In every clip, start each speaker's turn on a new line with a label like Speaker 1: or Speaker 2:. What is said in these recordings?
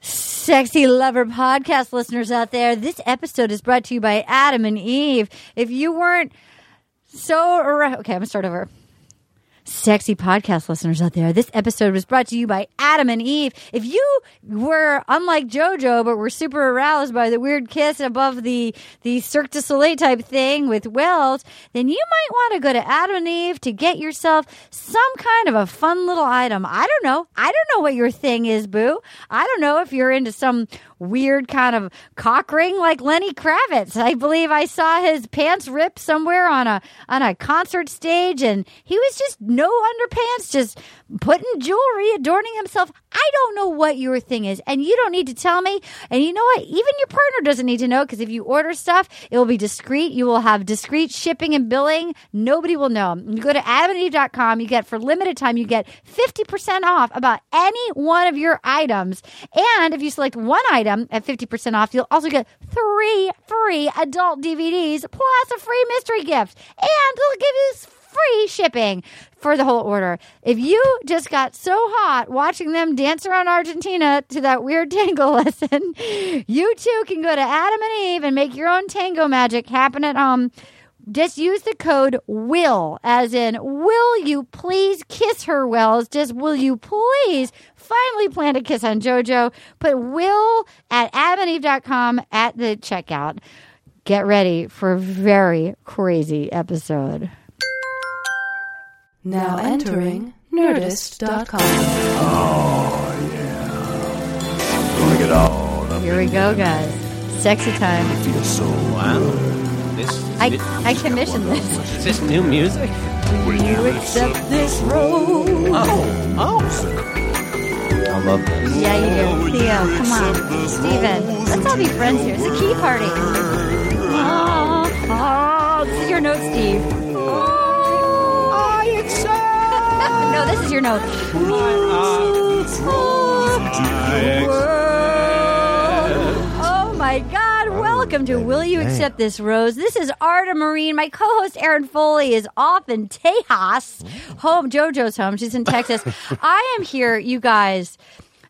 Speaker 1: sexy lover podcast listeners out there. This episode is brought to you by Adam and Eve. If you weren't so. ar- Okay, I'm going to start over. Sexy podcast listeners out there, this episode was brought to you by Adam and Eve. If you were unlike JoJo, but were super aroused by the weird kiss above the the Cirque du Soleil type thing with Wells, then you might want to go to Adam and Eve to get yourself some kind of a fun little item. I don't know. I don't know what your thing is, Boo. I don't know if you're into some weird kind of cock ring like Lenny Kravitz. I believe I saw his pants rip somewhere on a on a concert stage and he was just no underpants, just putting jewelry, adorning himself. I don't know what your thing is and you don't need to tell me. And you know what? Even your partner doesn't need to know because if you order stuff, it will be discreet. You will have discreet shipping and billing. Nobody will know. You go to adamandeve.com, you get for limited time, you get 50% off about any one of your items. And if you select one item at 50% off, you'll also get three free adult DVDs plus a free mystery gift. And they'll give you s- free shipping for the whole order. If you just got so hot watching them dance around Argentina to that weird tango lesson, you too can go to Adam and Eve and make your own tango magic happen at home. Just use the code WILL, as in, will you please kiss her, Wells? Just will you please finally plan a kiss on JoJo? Put will at adamandeve.com at the checkout. Get ready for a very crazy episode.
Speaker 2: Now entering Nerdist.com.
Speaker 3: Look at all the
Speaker 1: Here we go, guys. Sexy time.
Speaker 3: feel so
Speaker 4: Wow. This,
Speaker 1: I, I commissioned this.
Speaker 4: is this new music?
Speaker 1: You accept this role.
Speaker 4: Oh, oh. I love this.
Speaker 1: Yeah, you do. Theo, come on. Steven, let's all be friends here. It's a key party. Oh, oh this is your note, Steve. I accept. no, this is your note. Oh my God. Welcome to Will You Accept This Rose? This is Arta Marine. My co host Aaron Foley is off in Tejas, home, JoJo's home. She's in Texas. I am here, you guys.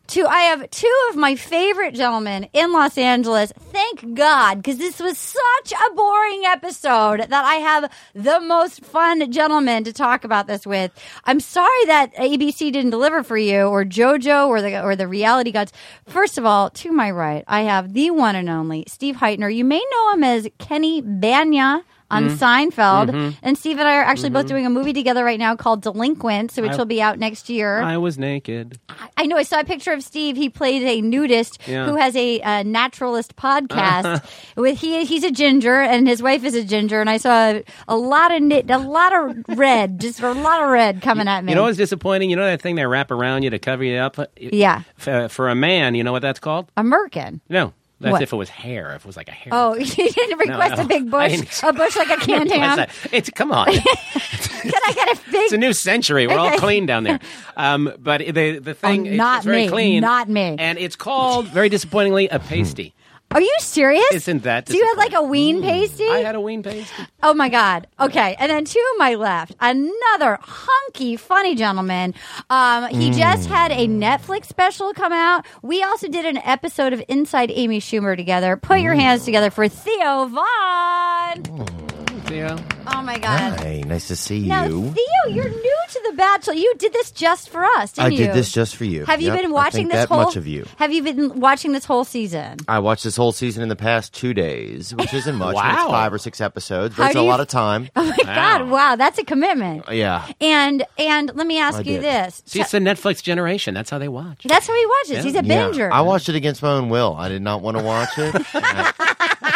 Speaker 1: Two, I have two of my favorite gentlemen in Los Angeles. Thank God, because this was such a boring episode that I have the most fun gentlemen to talk about this with. I'm sorry that ABC didn't deliver for you, or JoJo, or the or the Reality Gods. First of all, to my right, I have the one and only Steve Heitner. You may know him as Kenny Banya. On Seinfeld, and Steve and I are actually both doing a movie together right now called Delinquents, which
Speaker 4: I-
Speaker 1: will be out next year.
Speaker 4: I was naked.
Speaker 1: I know. I saw a picture of Steve. He plays a nudist
Speaker 4: Yeah.
Speaker 1: who has a uh, naturalist podcast. With he, he's a ginger, and his wife is a ginger. And I saw a, a lot of knit, a lot of red, just a lot of red coming at me.
Speaker 4: You know what's disappointing? You know that thing they wrap around you to cover you up?
Speaker 1: yeah,
Speaker 4: For, for a man, you know what that's called?
Speaker 1: American.
Speaker 4: No. That's
Speaker 1: What?
Speaker 4: if it was hair. If it was like a hair.
Speaker 1: Oh, you didn't request
Speaker 4: no.
Speaker 1: a big
Speaker 4: I
Speaker 1: bush,
Speaker 4: didn't-
Speaker 1: a bush like a canned ham.
Speaker 4: That's a- it's come on.
Speaker 1: Can I get a big?
Speaker 4: it's a new century. We're all
Speaker 1: Okay.
Speaker 4: clean down there. Um, but the the thing
Speaker 1: Oh,
Speaker 4: it's-
Speaker 1: not
Speaker 4: it's very
Speaker 1: me,
Speaker 4: clean.
Speaker 1: not me.
Speaker 4: And it's called very disappointingly a pasty.
Speaker 1: Are you serious?
Speaker 4: Isn't that
Speaker 1: Do you have like
Speaker 4: disappointing?
Speaker 1: a ween pasty?
Speaker 4: Mm. I had a ween pasty.
Speaker 1: Oh my God. Okay. And then to my left, another hunky, funny gentleman. Um, he
Speaker 5: Hmm.
Speaker 1: just had a Netflix special come out. We also did an episode of Inside Amy Schumer together. Put your hands together for Theo Vaughn.
Speaker 4: Theo.
Speaker 1: Oh my God.
Speaker 5: Hey, nice to see
Speaker 1: Now,
Speaker 5: you.
Speaker 1: Theo, you're new to The Bachelor. You did this just for us, didn't
Speaker 5: I
Speaker 1: you?
Speaker 5: did this just for you.
Speaker 1: Have you
Speaker 5: Yep,
Speaker 1: been
Speaker 5: I
Speaker 1: watching
Speaker 5: think
Speaker 1: this
Speaker 5: that
Speaker 1: whole?
Speaker 5: much of you?
Speaker 1: Have you been watching this whole season?
Speaker 5: I watched this whole season in the past two days, which isn't much. I mean,
Speaker 4: Wow.
Speaker 5: It's five or six episodes, but
Speaker 1: How
Speaker 5: it's
Speaker 1: do
Speaker 5: a
Speaker 1: you-
Speaker 5: lot of time.
Speaker 1: Oh my God! Wow, that's a commitment.
Speaker 5: yeah.
Speaker 1: And and let me ask
Speaker 5: I
Speaker 1: you
Speaker 5: did.
Speaker 1: this:
Speaker 4: See, it's the Netflix generation. That's how they watch.
Speaker 1: That's how he watches. He's a
Speaker 5: Yeah.
Speaker 1: binger.
Speaker 5: I watched it against my own will. I did not want to watch it. and, I,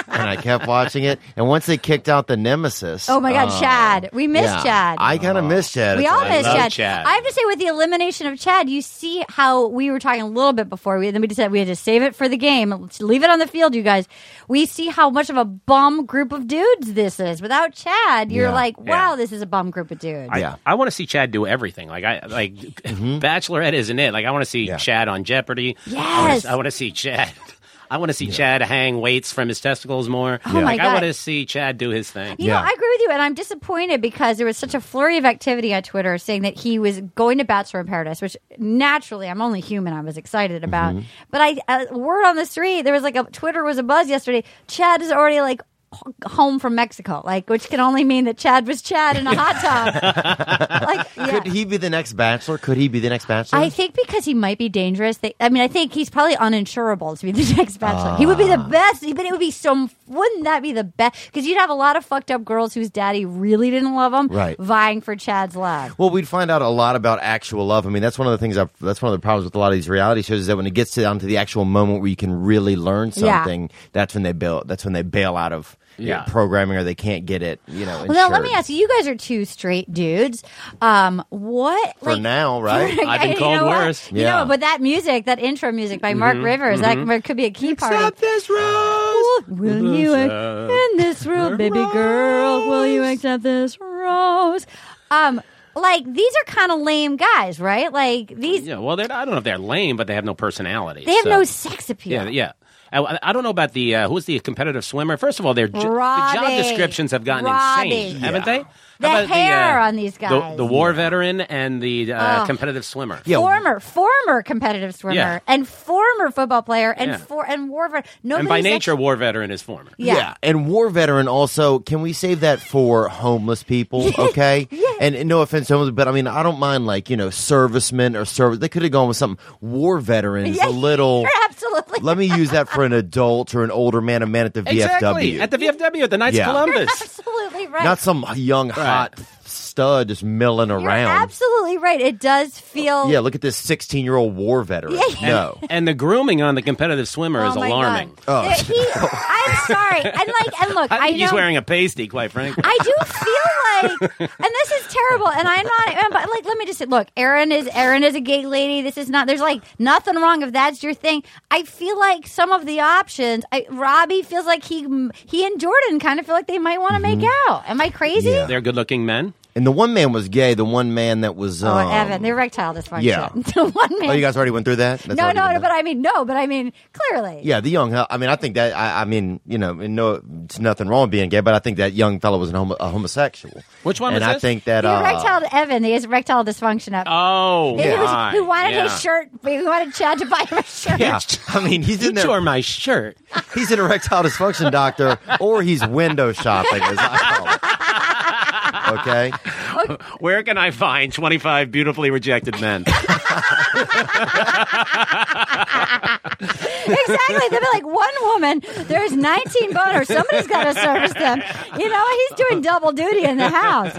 Speaker 5: and I kept watching it. And once they kicked out the nemesis.
Speaker 1: Oh my God,
Speaker 5: uh,
Speaker 1: Chad! We miss
Speaker 5: yeah,
Speaker 1: Chad.
Speaker 5: I kind of miss Chad.
Speaker 1: we
Speaker 5: It's
Speaker 1: all
Speaker 5: like- uh,
Speaker 1: miss
Speaker 4: love
Speaker 1: Chad.
Speaker 4: Chad.
Speaker 1: I have to say, with the elimination of Chad, you see how we were talking a little bit before. We, then we decided we had to save it for the game. Let's leave it on the field, you guys. We see how much of a bum group of dudes this is. Without Chad, you're
Speaker 5: Yeah.
Speaker 1: like, wow,
Speaker 4: Yeah.
Speaker 1: this is a bum group of dudes.
Speaker 4: I,
Speaker 5: Yeah. Mm-hmm.
Speaker 4: I want to see Chad do everything. Like I like Bachelorette isn't it? Like I want to see
Speaker 5: Yeah.
Speaker 4: Chad on Jeopardy. I wanna-
Speaker 1: Yes.
Speaker 4: I want to see Chad.
Speaker 6: I want to see Chad hang weights from his testicles more.
Speaker 1: Oh my
Speaker 6: like, I
Speaker 1: God.
Speaker 6: want to see Chad do his thing.
Speaker 1: You know,
Speaker 5: Yeah.
Speaker 1: I agree with you, and I'm disappointed because there was such a flurry of activity on Twitter saying that he was going to Bachelor in Paradise, which naturally, I'm only human, I was excited about. But I, uh, word on the street, there was like a Twitter was a buzz yesterday. Chad is already like h- home from Mexico, like which can only mean that Chad was Chad in a hot tub. like, yeah.
Speaker 5: Could he be the next bachelor? Could he be the next bachelor?
Speaker 1: I think because he might be dangerous. They, I mean, I think he's probably uninsurable to be the next bachelor. he would be the best, but it would be so. Wouldn't that be the best? Because you'd have a lot of fucked up girls whose daddy really didn't love them,
Speaker 5: Right.
Speaker 1: Vying for Chad's love.
Speaker 5: Well, we'd find out a lot about actual love. I mean, that's one of the things. I've, that's one of the problems with a lot of these reality shows is that when it gets down to the actual moment where you can really learn
Speaker 1: Yeah.
Speaker 5: something, that's when they bail. That's when they bail out of you know,
Speaker 6: Yeah.
Speaker 5: programming or they can't get it. You know.
Speaker 1: Well, now let
Speaker 5: insured.
Speaker 1: me ask you: You guys are two straight dudes. Um, what
Speaker 5: For now, right?
Speaker 6: I've been
Speaker 1: you
Speaker 6: called
Speaker 1: know what?
Speaker 6: worse.
Speaker 1: You
Speaker 5: Yeah.
Speaker 1: know, but that music, that intro music by Mark Rivers, that could be a key part. of-
Speaker 5: this rose.
Speaker 1: Ooh, Will you
Speaker 6: Rose.
Speaker 1: in this room, baby girl? Will you accept this rose? Um, like these are kind of lame guys, right? Like these,
Speaker 6: Yeah, well, they're, I don't know if they're lame, but they have no personality.
Speaker 1: they have
Speaker 6: so-
Speaker 1: no sex appeal.
Speaker 6: Yeah, yeah. I, I don't know about the uh, who's the competitive swimmer. First of all, their jo- the
Speaker 1: Robbie.
Speaker 6: job descriptions have gotten
Speaker 1: Robbie.
Speaker 6: insane, haven't they? How
Speaker 1: The
Speaker 6: about uh,
Speaker 1: hair on these
Speaker 6: the-
Speaker 1: guys. Oh.
Speaker 6: the, war veteran and the uh, competitive swimmer.
Speaker 5: Yeah.
Speaker 1: Former, former competitive swimmer
Speaker 6: Yeah.
Speaker 1: and former football player and
Speaker 6: Yeah.
Speaker 1: for and war veteran.
Speaker 6: and by nature, war veteran is former.
Speaker 1: Yeah.
Speaker 5: Yeah. and war veteran also. Can we save that for homeless people? Okay, yeah. and, and no offense, to homeless, but I mean, I don't mind like you know, servicemen or service. They could have gone with something. War veterans, a little.
Speaker 1: You're absolutely.
Speaker 5: Let me use that for an adult or an older man, a man at the VFW,
Speaker 6: Exactly. At the VFW, at the Knights
Speaker 5: Yeah.
Speaker 6: Columbus.
Speaker 1: Absolutely right.
Speaker 5: not some young hot stud just milling
Speaker 1: You're
Speaker 5: around.
Speaker 1: absolutely right. It does feel.
Speaker 5: yeah, look at this sixteen-year-old war veteran. No,
Speaker 6: and the grooming on the competitive swimmer is
Speaker 1: oh my
Speaker 6: alarming. Oh.
Speaker 1: God. There- he- I'm sorry. And like, and look,
Speaker 6: I
Speaker 1: I,
Speaker 6: think
Speaker 1: know
Speaker 6: he's wearing a pasty, quite frankly.
Speaker 1: I do feel like, and this is terrible. And I'm not, I'm- but like, let me just say, look. Erin is Erin is a gay lady. This is not. There's like nothing wrong if that's your thing. I feel like some of the options. I, Robbie feels like he he and Jordan kind of feel like they might want to make out. Am I crazy?
Speaker 5: Mm-hmm. Yeah.
Speaker 6: They're good-looking men.
Speaker 5: and the one man was gay. The one man that was.
Speaker 1: Oh,
Speaker 5: um,
Speaker 1: Evan, they're erectile dysfunction.
Speaker 5: yeah.
Speaker 1: The one man.
Speaker 5: Oh, you guys already went through that. That's
Speaker 1: no,
Speaker 5: already
Speaker 1: no, no.
Speaker 5: been done.
Speaker 1: But I mean, no. But I mean, clearly.
Speaker 5: Yeah, the young. I mean, I think that. I, I mean, you know, and no, it's nothing wrong with being gay, but I think that young fellow was an homo, a homosexual.
Speaker 6: Which one
Speaker 5: And
Speaker 6: was
Speaker 5: I
Speaker 6: this?
Speaker 5: think that.
Speaker 1: The
Speaker 5: Uh,
Speaker 1: erectile Evan, the erectile dysfunction up. Who
Speaker 6: Oh,
Speaker 1: was-
Speaker 6: my.
Speaker 1: who wanted
Speaker 6: yeah.
Speaker 1: his shirt? Who wanted Chad to buy him a shirt?
Speaker 5: yeah, I mean, he's
Speaker 6: He
Speaker 5: in there.
Speaker 6: tore my shirt.
Speaker 5: He's an erectile dysfunction doctor, or he's window shopping, as I call it. Okay.
Speaker 6: Where can I find 25 beautifully rejected men?
Speaker 1: exactly. They'll be like, one woman, there's 19 boners. Somebody's got to service them. You know, he's doing double duty in the house.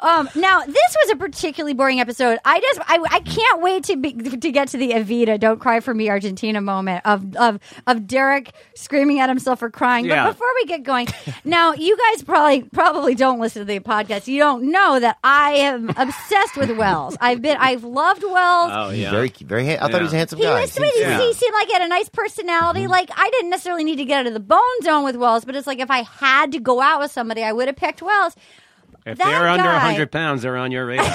Speaker 1: Um, now, this was a particularly boring episode. I just, I, I can't wait to be, to get to the Evita, don't cry for me, Argentina moment of, of, of Derek screaming at himself for crying.
Speaker 6: Yeah.
Speaker 1: But before we get going, now, you guys probably, probably don't listen to the podcast. You don't know that I am obsessed with Wells. I've been, I've loved Wells.
Speaker 6: Oh,
Speaker 5: He's
Speaker 6: yeah.
Speaker 5: very, very. Ha- I thought he was a
Speaker 6: Yeah.
Speaker 5: handsome
Speaker 1: He
Speaker 5: guy.
Speaker 1: was sweet. He,
Speaker 6: Yeah.
Speaker 1: he seemed like he had a nice personality. Like I didn't necessarily need to get out of the bone zone with Wells, but it's like if I had to go out with somebody, I would have picked Wells.
Speaker 6: If
Speaker 1: That
Speaker 6: they're under
Speaker 1: guy-
Speaker 6: 100 pounds, they're on your radar.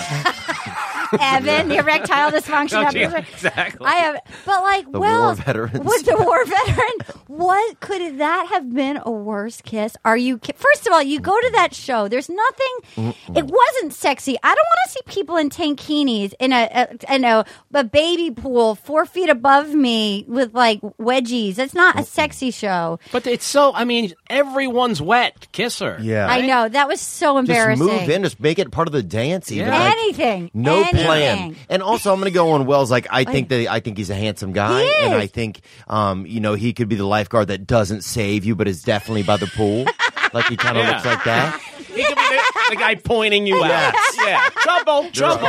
Speaker 1: Evan, the erectile dysfunction.
Speaker 6: Oh, gee,
Speaker 1: episode.
Speaker 6: exactly.
Speaker 1: I have, but like
Speaker 5: The war
Speaker 1: Wells
Speaker 5: veterans.
Speaker 1: was the war veteran. What could that have been? A worse kiss? Are you? ki- First of all, you go to that show. There's nothing. It wasn't sexy. I don't want to see people in tankinis in a, a in a, a baby pool four feet above me with like wedgies. It's not a sexy show.
Speaker 6: But it's so, I mean, everyone's wet. Kiss her.
Speaker 5: Yeah.
Speaker 1: I know that was so
Speaker 5: Just
Speaker 1: embarrassing.
Speaker 5: move in. Just make it part of the dance. Even
Speaker 6: Yeah.
Speaker 5: like,
Speaker 1: anything.
Speaker 5: No
Speaker 1: anything.
Speaker 5: plan. And also, I'm going to go on Wells. Like, I think that I think he's a handsome guy,
Speaker 1: He is.
Speaker 5: and I think, um, you know, he could be the lifeguard that doesn't save you, but is definitely by the pool. like he kind of
Speaker 6: Yeah.
Speaker 5: looks like that.
Speaker 6: He could be the, the guy pointing you out. Yeah. Trouble, trouble.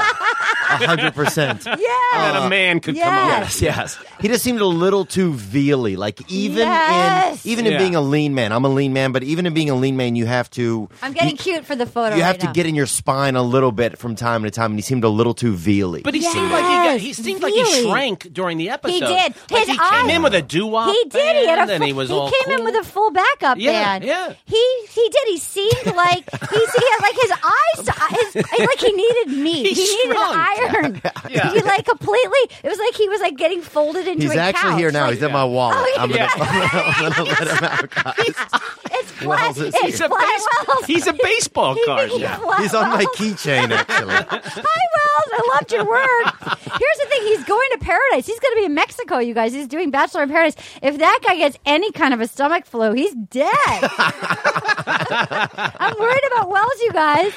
Speaker 5: hundred percent.
Speaker 1: Yeah.
Speaker 5: Oh,
Speaker 6: And then a man could come
Speaker 1: Yeah.
Speaker 6: over.
Speaker 5: Yes, yes. He just seemed a little too vealy. Like even
Speaker 1: Yes.
Speaker 5: in even in
Speaker 6: Yeah.
Speaker 5: being a lean man, I'm a lean man, but even in being a lean man, you have to.
Speaker 1: I'm getting
Speaker 5: you,
Speaker 1: cute for the photo.
Speaker 5: You have
Speaker 1: right
Speaker 5: to
Speaker 1: now.
Speaker 5: get in your spine a little bit from time to time, and he seemed a little too vealy.
Speaker 6: But he seemed like he got, he
Speaker 1: Yes,
Speaker 6: seemed like he
Speaker 1: really.
Speaker 6: shrank during the episode.
Speaker 1: did.
Speaker 6: Like
Speaker 1: His
Speaker 6: he
Speaker 1: eyes-
Speaker 6: came in with a doo wop.
Speaker 1: He did. He had a
Speaker 6: and
Speaker 1: full,
Speaker 6: he was all
Speaker 1: came in
Speaker 6: cool.
Speaker 1: with a full backup
Speaker 6: Yeah,
Speaker 1: band.
Speaker 6: yeah.
Speaker 1: He he did. He seemed like he, he had like his eyes, to, his, like he needed meat.
Speaker 6: He
Speaker 1: needed
Speaker 6: shrunk.
Speaker 1: iron. He like completely. It was like he was like getting folded into.
Speaker 5: He's
Speaker 1: a
Speaker 5: actually
Speaker 1: couch.
Speaker 5: here now.
Speaker 1: Like,
Speaker 5: He's in my wallet.
Speaker 1: Oh,
Speaker 5: I'm gonna,
Speaker 1: yeah.
Speaker 5: I'm gonna let him out, guys.
Speaker 1: It's flat.
Speaker 5: Wells is
Speaker 1: it's
Speaker 5: here.
Speaker 6: He's a,
Speaker 1: flat
Speaker 6: base-
Speaker 1: Wells.
Speaker 6: he's a baseball
Speaker 1: He-
Speaker 6: card.
Speaker 1: he's
Speaker 6: Yeah.
Speaker 1: flat
Speaker 5: He's on my
Speaker 1: Wells.
Speaker 5: keychain, actually.
Speaker 1: Hi, Wells. I loved your work. Here's the thing: he's going to paradise. He's going to be in Mexico, you guys. He's doing Bachelor in Paradise. If that guy gets any kind of a stomach flu, he's dead. I'm worried about Wells, you guys.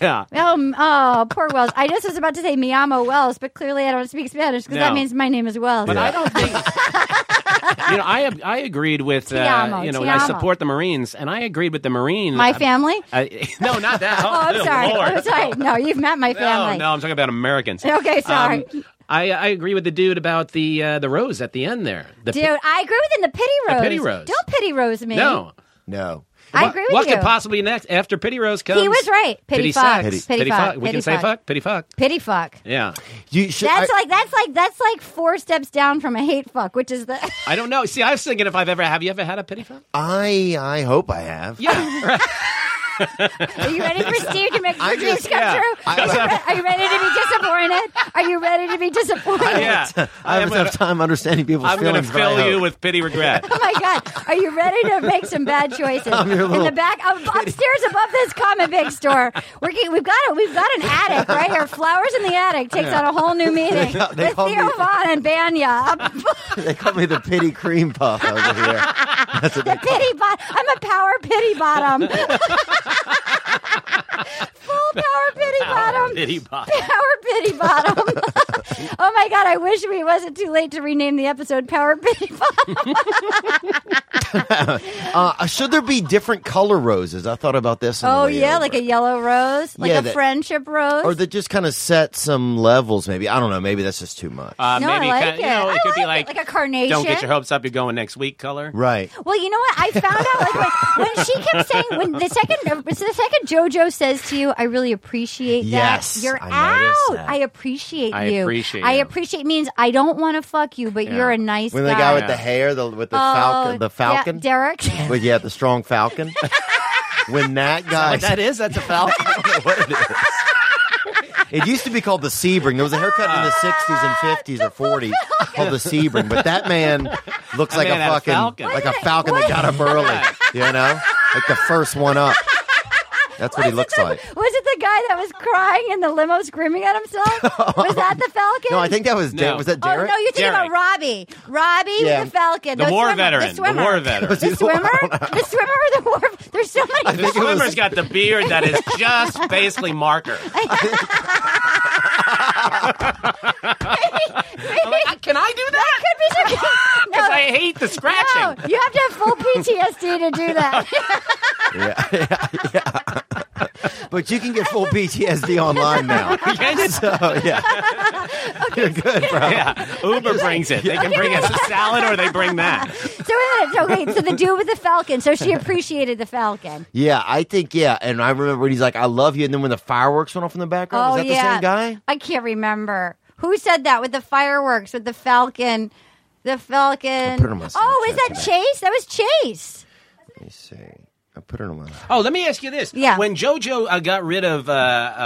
Speaker 6: Yeah.
Speaker 1: Um, oh, poor Wells. I just was about to say me amo Wells, but clearly I don't speak Spanish because that
Speaker 6: No.
Speaker 1: means my name is Wells.
Speaker 6: But I don't think. you know, I I agreed with uh,
Speaker 1: Ti amo,
Speaker 6: you know
Speaker 1: ti
Speaker 6: I
Speaker 1: amo.
Speaker 6: support the Marines, and I agreed with the Marine.
Speaker 1: my
Speaker 6: I-
Speaker 1: family.
Speaker 6: I- no, not that.
Speaker 1: oh, I'm sorry. I'm sorry. No, you've met my
Speaker 6: No,
Speaker 1: family.
Speaker 6: no, I'm talking about Americans.
Speaker 1: Okay, sorry.
Speaker 6: Um, I, I agree with the dude about the uh, the rose at the end there. The
Speaker 1: Dude, I agree with him. The pity
Speaker 6: The
Speaker 1: rose.
Speaker 6: pity rose.
Speaker 1: Don't pity rose me.
Speaker 6: no,
Speaker 5: No.
Speaker 1: I
Speaker 6: What-
Speaker 1: agree with
Speaker 6: what
Speaker 1: you.
Speaker 6: could possibly next after Pity Rose comes?
Speaker 1: He was right. Pity fuck.
Speaker 6: sex.
Speaker 1: Pity-
Speaker 6: Pity,
Speaker 1: pity
Speaker 6: fuck.
Speaker 1: fuck.
Speaker 6: We
Speaker 1: Pity
Speaker 6: can say
Speaker 1: fuck.
Speaker 6: fuck. Pity fuck.
Speaker 1: Pity fuck.
Speaker 6: Yeah.
Speaker 5: You should.
Speaker 1: That's
Speaker 5: I-
Speaker 1: like that's like that's like four steps down from a hate fuck, which is the
Speaker 6: I don't know. See, I was thinking if I've ever have you ever had a pity fuck?
Speaker 5: I I hope I have.
Speaker 6: Yeah. right.
Speaker 1: Are you ready for Steve to make your
Speaker 5: I
Speaker 1: dreams
Speaker 5: just-
Speaker 1: come
Speaker 6: yeah.
Speaker 1: true?
Speaker 5: I-
Speaker 1: are, you re- are you ready to be disappointed? Are you ready to be disappointed?
Speaker 6: Yeah.
Speaker 5: I have a tough time understanding people's
Speaker 6: I'm going to
Speaker 5: feelings. but I
Speaker 6: fill you
Speaker 5: hope.
Speaker 6: with pity regret.
Speaker 1: Oh my God! Are you ready to make some bad choices in the back up, upstairs above this common big store? We're getting, we've got a, we've got an attic right here. Flowers in the attic takes on a whole new meaning
Speaker 5: They call- they
Speaker 1: with
Speaker 5: call me-
Speaker 1: Theo Vaughn and Banya. Up-
Speaker 5: They call me the pity cream puff over here.
Speaker 1: the pity bot. I'm a power pity bottom. Full power pity
Speaker 5: Um,
Speaker 1: bottom.
Speaker 6: Pity fuck.
Speaker 1: Power Pity Bottom. oh my God, I wish we wasn't too late to rename the episode Power Pity Bottom.
Speaker 5: Uh, should there be different color roses? I thought about this. on the
Speaker 1: Oh,
Speaker 5: way
Speaker 1: yeah,
Speaker 5: over.
Speaker 1: like a yellow rose, like
Speaker 5: Yeah,
Speaker 1: a
Speaker 5: that-
Speaker 1: friendship rose.
Speaker 5: or that just kind of set some levels. Maybe I don't know. Maybe that's just too much.
Speaker 6: Uh,
Speaker 1: no,
Speaker 6: maybe
Speaker 1: I like
Speaker 6: kinda-
Speaker 1: it.
Speaker 6: You know, it
Speaker 1: I
Speaker 6: could
Speaker 1: like
Speaker 6: be
Speaker 1: it,
Speaker 6: like,
Speaker 1: a carnation.
Speaker 6: don't get your hopes up. You're going next week. Color.
Speaker 5: right.
Speaker 1: Well, you know what? I found out like when, when she kept saying when the second the second JoJo says to you, "I really appreciate that."
Speaker 5: Yes,
Speaker 1: you're
Speaker 5: I
Speaker 1: out.
Speaker 5: noticed that.
Speaker 1: I appreciate
Speaker 6: I
Speaker 1: you.
Speaker 6: appreciate
Speaker 1: I
Speaker 6: you."
Speaker 1: appreciate means I don't want to fuck you, but
Speaker 6: Yeah.
Speaker 1: you're a nice
Speaker 5: When the
Speaker 1: guy.
Speaker 5: guy with
Speaker 6: Yeah.
Speaker 5: the hair, the with the
Speaker 1: Oh,
Speaker 5: falcon,
Speaker 1: yeah,
Speaker 5: the falcon.
Speaker 1: Derek.
Speaker 5: Well, yeah, the strong falcon. when that guy,
Speaker 6: What Oh, that is? That's a falcon.
Speaker 5: it used to be called the Sebring. There was a haircut in the
Speaker 1: Ah,
Speaker 5: '60s and '50s or '40s called the Sebring, but that man looks like
Speaker 6: man
Speaker 5: a
Speaker 6: had a
Speaker 5: fucking
Speaker 6: falcon.
Speaker 5: like
Speaker 1: Wait a
Speaker 5: a
Speaker 1: minute,
Speaker 5: falcon
Speaker 1: what?
Speaker 5: that got up early. You know, like the first one up. That's what he looks like.
Speaker 1: Was it the guy that was crying in the limo screaming at himself? Was that the Falcon?
Speaker 5: No, I think that was
Speaker 6: No.
Speaker 5: Derek. Was that
Speaker 1: Oh
Speaker 5: Derek?
Speaker 1: no, you're thinking
Speaker 6: Derek.
Speaker 1: about Robbie. Robbie
Speaker 5: Yeah.
Speaker 1: with the Falcon.
Speaker 6: The war
Speaker 1: swimmer,
Speaker 6: veteran.
Speaker 1: The
Speaker 6: The
Speaker 1: swimmer.
Speaker 6: war veteran.
Speaker 1: The swimmer. the swimmer or the war. There's so many.
Speaker 6: The
Speaker 5: think it was-
Speaker 6: swimmer's got the beard that is just basically marker. I'm like, "I- can I do that?
Speaker 1: could be so- no,
Speaker 6: Because I hate the
Speaker 1: no,
Speaker 6: scratching.
Speaker 1: you have to have full PTSD to do that.
Speaker 5: But you can get full PTSD online now.
Speaker 6: Yes.
Speaker 5: So yeah, you're good, bro.
Speaker 6: Yeah, Uber brings it. They can bring us a salad or they bring that.
Speaker 1: so wait a minute. So wait. So the dude with the Falcon. So she appreciated the Falcon.
Speaker 5: Yeah, I think yeah. And I remember when he's like, "I love you," and then when the fireworks went off in the background,
Speaker 1: oh
Speaker 5: was that
Speaker 1: yeah.
Speaker 5: the same guy?
Speaker 1: I can't remember who said that with the fireworks with the Falcon. The Falcon.
Speaker 5: put it on my
Speaker 1: Oh, is
Speaker 5: Snapchat
Speaker 1: that Chase? That was Chase.
Speaker 5: Let me see. I put it on my.
Speaker 6: Oh, let me ask you this.
Speaker 1: Yeah.
Speaker 6: When JoJo uh, got rid of uh,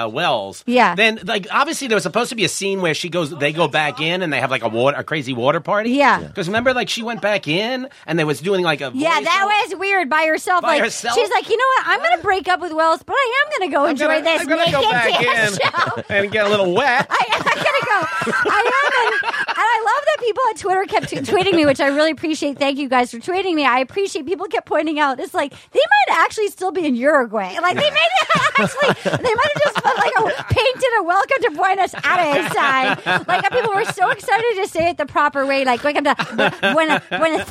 Speaker 6: uh, Wells,
Speaker 1: Yeah.
Speaker 6: Then, like, obviously there was supposed to be a scene where she goes, they go back in and they have like a water, a crazy water party.
Speaker 1: Yeah. Yeah.
Speaker 6: Because remember, like, she went back in and they was doing like a
Speaker 1: Yeah,
Speaker 6: voiceover.
Speaker 1: that was weird by herself.
Speaker 6: By
Speaker 1: like
Speaker 6: herself?
Speaker 1: she's like, you know what? I'm going to break up with Wells, but I am going to go
Speaker 6: I'm
Speaker 1: enjoy
Speaker 6: gonna-
Speaker 1: this
Speaker 6: I'm gonna
Speaker 1: naked
Speaker 6: go back
Speaker 1: dance
Speaker 6: in
Speaker 1: show.
Speaker 6: and get a little wet.
Speaker 1: I am going to go. I am. And, and I love that people on Twitter kept t- tweeting me, which I really appreciate. Thank you guys for tweeting me. I appreciate people kept pointing out. It's like they might actually still be in Uruguay. Like they may actually, they might have just put like a painted a welcome to Buenos Aires sign. Like people were so excited to say it the proper way. Like welcome to Bu- Buenos, Buenos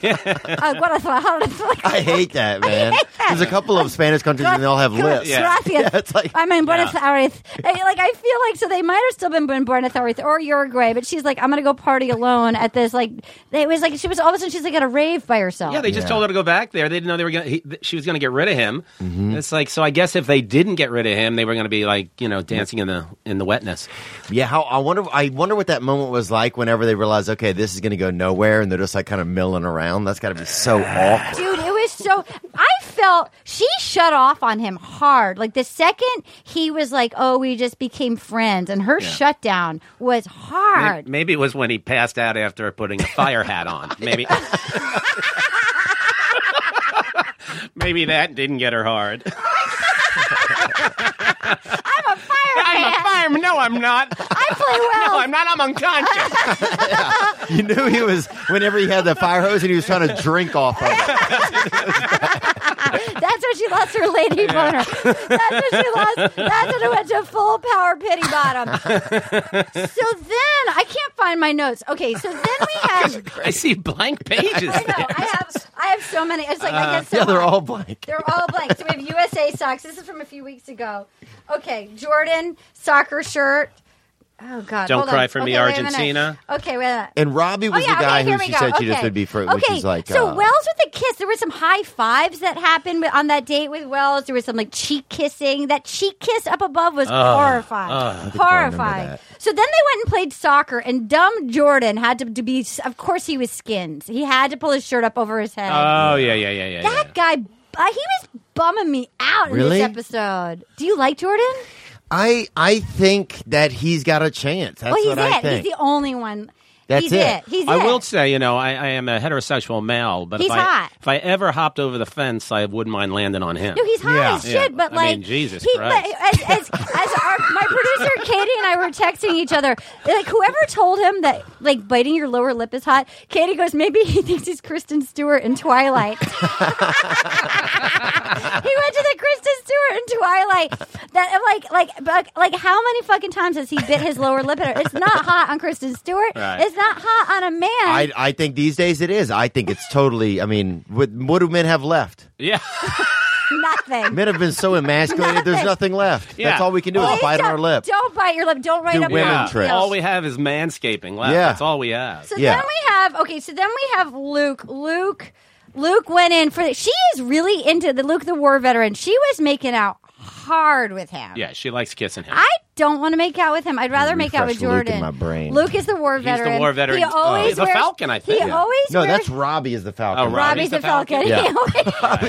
Speaker 1: Aires. Uh, Guadalajara.
Speaker 5: I hate that, man.
Speaker 1: hate that.
Speaker 5: There's a couple of Spanish countries and they all have lips.
Speaker 6: Yeah.
Speaker 1: Gracias.
Speaker 5: it's like-
Speaker 1: I'm in Buenos Aires. And, like I feel like so they might have still been in Buenos Aires or Uruguay, but she's like, I'm gonna go party alone at this. Like it was like she was all of a sudden she's like at a rave by herself.
Speaker 6: Yeah, they just
Speaker 5: Yeah.
Speaker 6: told her to go back there. They didn't know they were going. She was going to get rid of him. It's like so. I guess if they didn't get rid of him, they were going to be like you know dancing in the in the wetness.
Speaker 5: Yeah, how I wonder. I wonder what that moment was like whenever they realized, okay, this is going to go nowhere, and they're just like kind of milling around. That's got to be so awkward.
Speaker 1: Dude, it was so. I felt she shut off on him hard. Like the second he was like, "Oh, we just became friends," and her shutdown was hard.
Speaker 6: Maybe, maybe it was when he passed out after putting a fire hat on. Maybe. maybe that didn't get her hard.
Speaker 1: I'm a fire
Speaker 6: I'm a
Speaker 1: fan.
Speaker 6: fireman. No, I'm not.
Speaker 1: I play well.
Speaker 6: No, I'm not. I'm unconscious.
Speaker 5: You knew he was whenever he had the fire hose and he was trying to drink off of it.
Speaker 1: That's where she lost her lady boner. That's where she lost. That's when it went to full power pity bottom. so then I can't find my notes. Okay, so then we had.
Speaker 6: I see blank pages.
Speaker 1: I know. I have. I have so many. It's like
Speaker 6: Uh,
Speaker 1: I guess so
Speaker 5: Yeah, they're
Speaker 1: hard.
Speaker 5: all blank.
Speaker 1: They're all blank. So we have USA socks. This is from a few weeks ago. Okay, Jordan soccer shirt. Oh God!
Speaker 6: Don't
Speaker 1: Hold
Speaker 6: cry
Speaker 1: on.
Speaker 6: for
Speaker 1: okay,
Speaker 6: me,
Speaker 1: wait a minute.
Speaker 6: Argentina.
Speaker 1: Okay, wait a minute.
Speaker 5: And Robbie was the
Speaker 1: Oh, okay,
Speaker 5: guy
Speaker 1: here
Speaker 5: who
Speaker 1: we
Speaker 5: she
Speaker 1: go.
Speaker 5: said
Speaker 1: okay.
Speaker 5: she just would be for,
Speaker 1: Okay,
Speaker 5: which is like
Speaker 1: so
Speaker 5: uh,
Speaker 1: Wells with a kiss. There were some high fives that happened with- on that date with Wells. There was some like cheek kissing. That cheek kiss up above was horrifying, horrifying.
Speaker 5: that.
Speaker 1: So then they went and played soccer, and dumb Jordan had to, to be. Of course, he was skinned. He had to pull his shirt up over his head.
Speaker 6: Oh yeah, yeah, yeah, yeah.
Speaker 1: that guy, uh, he was bumming me out
Speaker 5: Really?
Speaker 1: in this episode. Do you like Jordan?
Speaker 5: I I think that he's got a chance. That's
Speaker 1: well, he's
Speaker 5: what I
Speaker 1: it.
Speaker 5: think.
Speaker 1: He's the only one.
Speaker 5: That's
Speaker 1: he's
Speaker 5: it.
Speaker 1: He's
Speaker 6: I
Speaker 1: it.
Speaker 6: will say, you know, I, I am a heterosexual male, but
Speaker 1: He's
Speaker 6: if I
Speaker 1: hot.
Speaker 6: if I ever hopped over the fence, I wouldn't mind landing on him.
Speaker 1: No, he's hot
Speaker 5: Yeah.
Speaker 1: as shit,
Speaker 6: Yeah,
Speaker 1: but
Speaker 6: I
Speaker 1: like,
Speaker 6: mean, Jesus
Speaker 1: he,
Speaker 6: Christ.
Speaker 1: but as, as, as our, my producer Katie and I were texting each other, like whoever told him that like biting your lower lip is hot, Katie goes, maybe he thinks he's Kristen Stewart in Twilight. he went to the Kristen Stewart in Twilight. That like like like- like how many fucking times has he bit his lower lip? at her? It's not hot on Kristen Stewart.
Speaker 6: Right.
Speaker 1: It's not hot on a man.
Speaker 5: I I think these days it is. I think it's totally. I mean, what, what do men have left?
Speaker 6: yeah,
Speaker 1: Nothing.
Speaker 5: Men have been so emasculated. There's nothing left.
Speaker 6: Yeah.
Speaker 5: That's all we can do
Speaker 1: Please
Speaker 5: is bite on
Speaker 1: don't-
Speaker 5: our lip.
Speaker 1: Don't bite your lip. Don't write
Speaker 5: Do
Speaker 1: up your
Speaker 5: women
Speaker 6: yeah.
Speaker 5: tricks.
Speaker 6: All we have is manscaping left.
Speaker 5: Yeah.
Speaker 6: That's all we have.
Speaker 1: So
Speaker 5: Yeah.
Speaker 1: then we have okay. So then we have Luke. Luke. Luke went in for. The, she is really into the Luke, the war veteran. She was making out hard with him.
Speaker 6: yeah, she likes kissing him.
Speaker 1: I don't want to make out with him. I'd rather make out with
Speaker 5: refresh Luke in
Speaker 1: Jordan.
Speaker 5: my brain.
Speaker 1: Luke is the war
Speaker 6: the
Speaker 1: veteran.
Speaker 6: war veteran.
Speaker 1: He
Speaker 6: Oh.
Speaker 1: always
Speaker 6: He's a
Speaker 1: wears-
Speaker 6: falcon, I think.
Speaker 1: He
Speaker 6: Yeah.
Speaker 1: always
Speaker 5: No,
Speaker 1: wears-
Speaker 5: that's Robbie is the falcon.
Speaker 6: Oh,
Speaker 5: right?
Speaker 6: Robbie.
Speaker 1: Robbie's
Speaker 6: Robbie's
Speaker 1: the
Speaker 6: the
Speaker 1: falcon.
Speaker 5: falcon.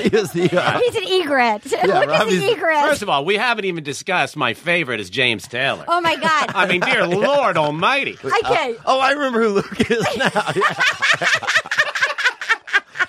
Speaker 1: He always-
Speaker 5: Yeah. Robbie is the. Uh,
Speaker 1: He's an egret. Luke is
Speaker 5: Robbie's-
Speaker 1: an egret.
Speaker 6: First of all, we haven't even discussed my favorite is James Taylor.
Speaker 1: oh my god.
Speaker 6: I mean, dear Lord Almighty.
Speaker 1: okay.
Speaker 5: oh, I remember who Luke is now. Yeah.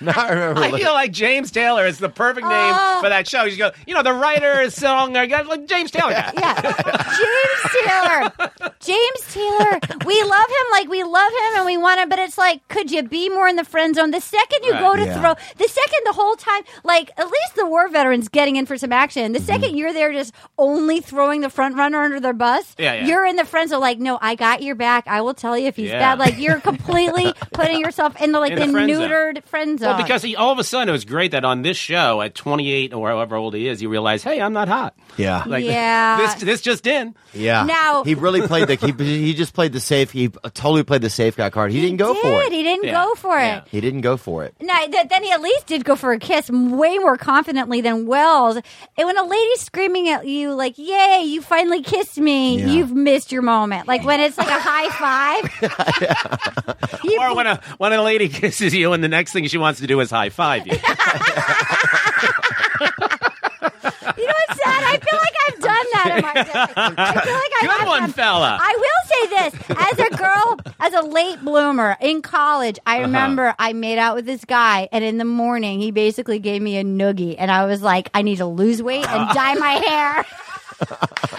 Speaker 5: now I remember.
Speaker 6: I
Speaker 5: Luke.
Speaker 6: feel like James Taylor is the perfect name
Speaker 1: Oh.
Speaker 6: for that show. You go, you know, the writer, song, got like James Taylor. guy.
Speaker 1: Yeah. James Taylor. James Taylor. We love him like we love him and we want him, but it's like, could you be more in the friend zone? The second you
Speaker 6: Right.
Speaker 1: go to
Speaker 5: Yeah.
Speaker 1: throw, the second the whole time, like at least the war veterans getting in for some action. The 2nd you you're there just only throwing the front runner under their bus,
Speaker 6: Yeah, yeah.
Speaker 1: you're in the friend zone like, no, I got your back. I will tell you if he's
Speaker 6: Yeah.
Speaker 1: bad. Like you're completely putting yourself in the like
Speaker 6: In
Speaker 1: the,
Speaker 6: the friend zone.
Speaker 1: neutered friend zone.
Speaker 6: Well, because he, all of a sudden it was great that on this show at 28 or however old he is, you realize, hey, I'm not hot.
Speaker 5: yeah.
Speaker 6: Like
Speaker 1: Yeah.
Speaker 6: this, this just in.
Speaker 5: Yeah.
Speaker 1: Now-
Speaker 5: he really played the he, he just played the safe. He totally played the safe guy card. He, didn't go
Speaker 1: did.
Speaker 5: for it.
Speaker 1: He didn't
Speaker 6: Yeah.
Speaker 1: go for
Speaker 6: Yeah.
Speaker 1: it.
Speaker 5: He didn't go for it.
Speaker 1: No, th- then he at least did go for a kiss way more confidently than Wells. And when a lady's screaming at you, like, yay, you finally kissed me,
Speaker 5: Yeah.
Speaker 1: you've missed your moment. Like when it's like a high five. You-
Speaker 6: Or when a when a lady kisses you and the next thing she wants to do is high five you.
Speaker 1: you know what's sad? I feel like I've done that in my day. I feel like I
Speaker 6: Good
Speaker 1: have
Speaker 6: one,
Speaker 1: done-
Speaker 6: fella.
Speaker 1: I will say this as a girl, as a late bloomer in college, I remember I made out with this guy, and in the morning, he basically gave me a noogie, and I was like, I need to lose weight and dye my hair.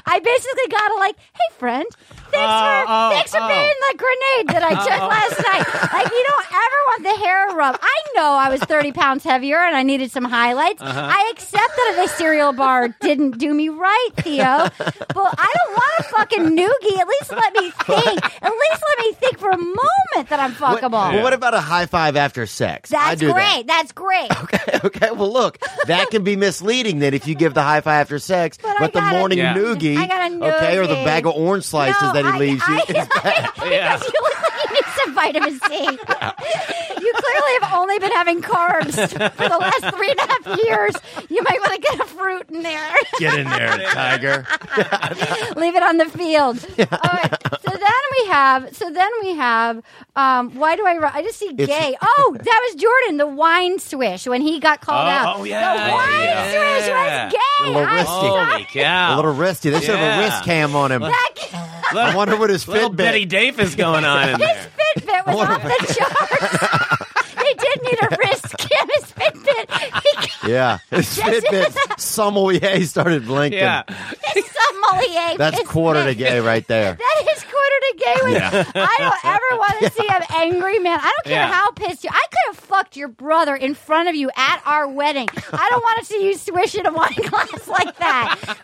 Speaker 1: I basically got to like, hey friend, thanks for
Speaker 6: Oh, oh,
Speaker 1: thanks for
Speaker 6: oh.
Speaker 1: being the grenade that I took last night. Like you don't ever want the hair rub. I know I was thirty pounds heavier and I needed some highlights. I accept that the cereal bar didn't do me right, Theo. But I don't want a fucking noogie. At least let me think. At least let me think for a moment that I'm
Speaker 5: What,
Speaker 1: fuckable.
Speaker 5: well, what about a high five after sex? I
Speaker 1: That's
Speaker 5: do that.
Speaker 1: great. That's great.
Speaker 5: okay, well, look, that can be misleading. Then if you give the high five after sex,
Speaker 1: But I
Speaker 5: but, the
Speaker 1: got a-
Speaker 5: morning
Speaker 6: Yeah.
Speaker 5: noogie,
Speaker 1: I got a
Speaker 5: okay, or the
Speaker 1: noogie.
Speaker 5: bag of orange slices
Speaker 1: No,
Speaker 5: that he
Speaker 1: I-
Speaker 5: leaves you.
Speaker 1: I-
Speaker 5: is bad.
Speaker 6: yeah.
Speaker 1: you look like you need some vitamin C. you clearly have only been having carbs for the last three and a half years. You might want to get a fruit in there.
Speaker 5: Get in there, Tiger.
Speaker 1: Leave it on the field. All right. So then we have. So then we have. Um, why do I? ri- I just see
Speaker 5: It's-
Speaker 1: gay. Oh, that was Jordan, the wine swish when he got called
Speaker 6: Oh,
Speaker 1: out.
Speaker 6: oh, yeah,
Speaker 1: the wine
Speaker 6: yeah.
Speaker 1: swish
Speaker 6: Yeah.
Speaker 1: was gay.
Speaker 5: A little
Speaker 1: I
Speaker 5: risky.
Speaker 1: saw
Speaker 6: Holy cow!
Speaker 5: A little wristy. They should have a
Speaker 6: Yeah.
Speaker 5: wrist cam on him.
Speaker 1: that.
Speaker 5: I wonder what his
Speaker 6: little Betty
Speaker 5: Fitbit.
Speaker 6: Davis going on in there.
Speaker 1: Fitbit was off the charts. they did need a wrist cam. His Fitbit, he got
Speaker 5: Yeah, his Fitbit sommelier started blinking.
Speaker 6: Yeah,
Speaker 1: his sommelier.
Speaker 5: That's
Speaker 1: his
Speaker 5: quarter to
Speaker 1: Fitbit.
Speaker 5: gay right there.
Speaker 1: That is quarter to gay. With, I don't ever want to see an angry man. I don't care
Speaker 6: Yeah.
Speaker 1: how pissed you. I could have fucked your brother in front of you at our wedding. I don't want to see you swishing a wine glass like that. Not like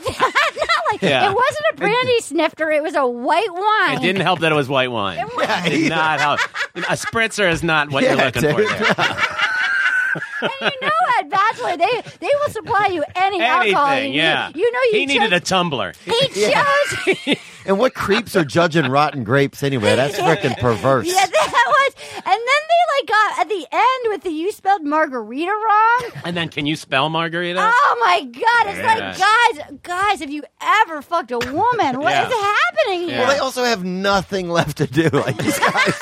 Speaker 1: that. Not like
Speaker 6: Yeah.
Speaker 1: it wasn't a brandy snifter. It was a white wine.
Speaker 6: it didn't help that it was white wine. It did not help. A spritzer is not what
Speaker 5: Yeah,
Speaker 6: you're looking for.
Speaker 5: dude.
Speaker 6: There.
Speaker 1: And you know at Bachelor they they will supply you any alcohol. you
Speaker 6: Anything,
Speaker 1: need.
Speaker 6: yeah.
Speaker 1: You know you
Speaker 6: he needed a
Speaker 1: chose,
Speaker 6: tumbler.
Speaker 1: he chose
Speaker 5: And what creeps are judging rotten grapes anyway? That's freaking perverse.
Speaker 1: Yeah, that was. And then they like got at the end with the you spelled margarita wrong.
Speaker 6: And then, can you spell margarita?
Speaker 1: Oh my god! It's like guys, guys. If you ever fucked a woman, what is
Speaker 6: Yeah.
Speaker 1: happening here?
Speaker 5: Well, they also have nothing left to do. Like these guys.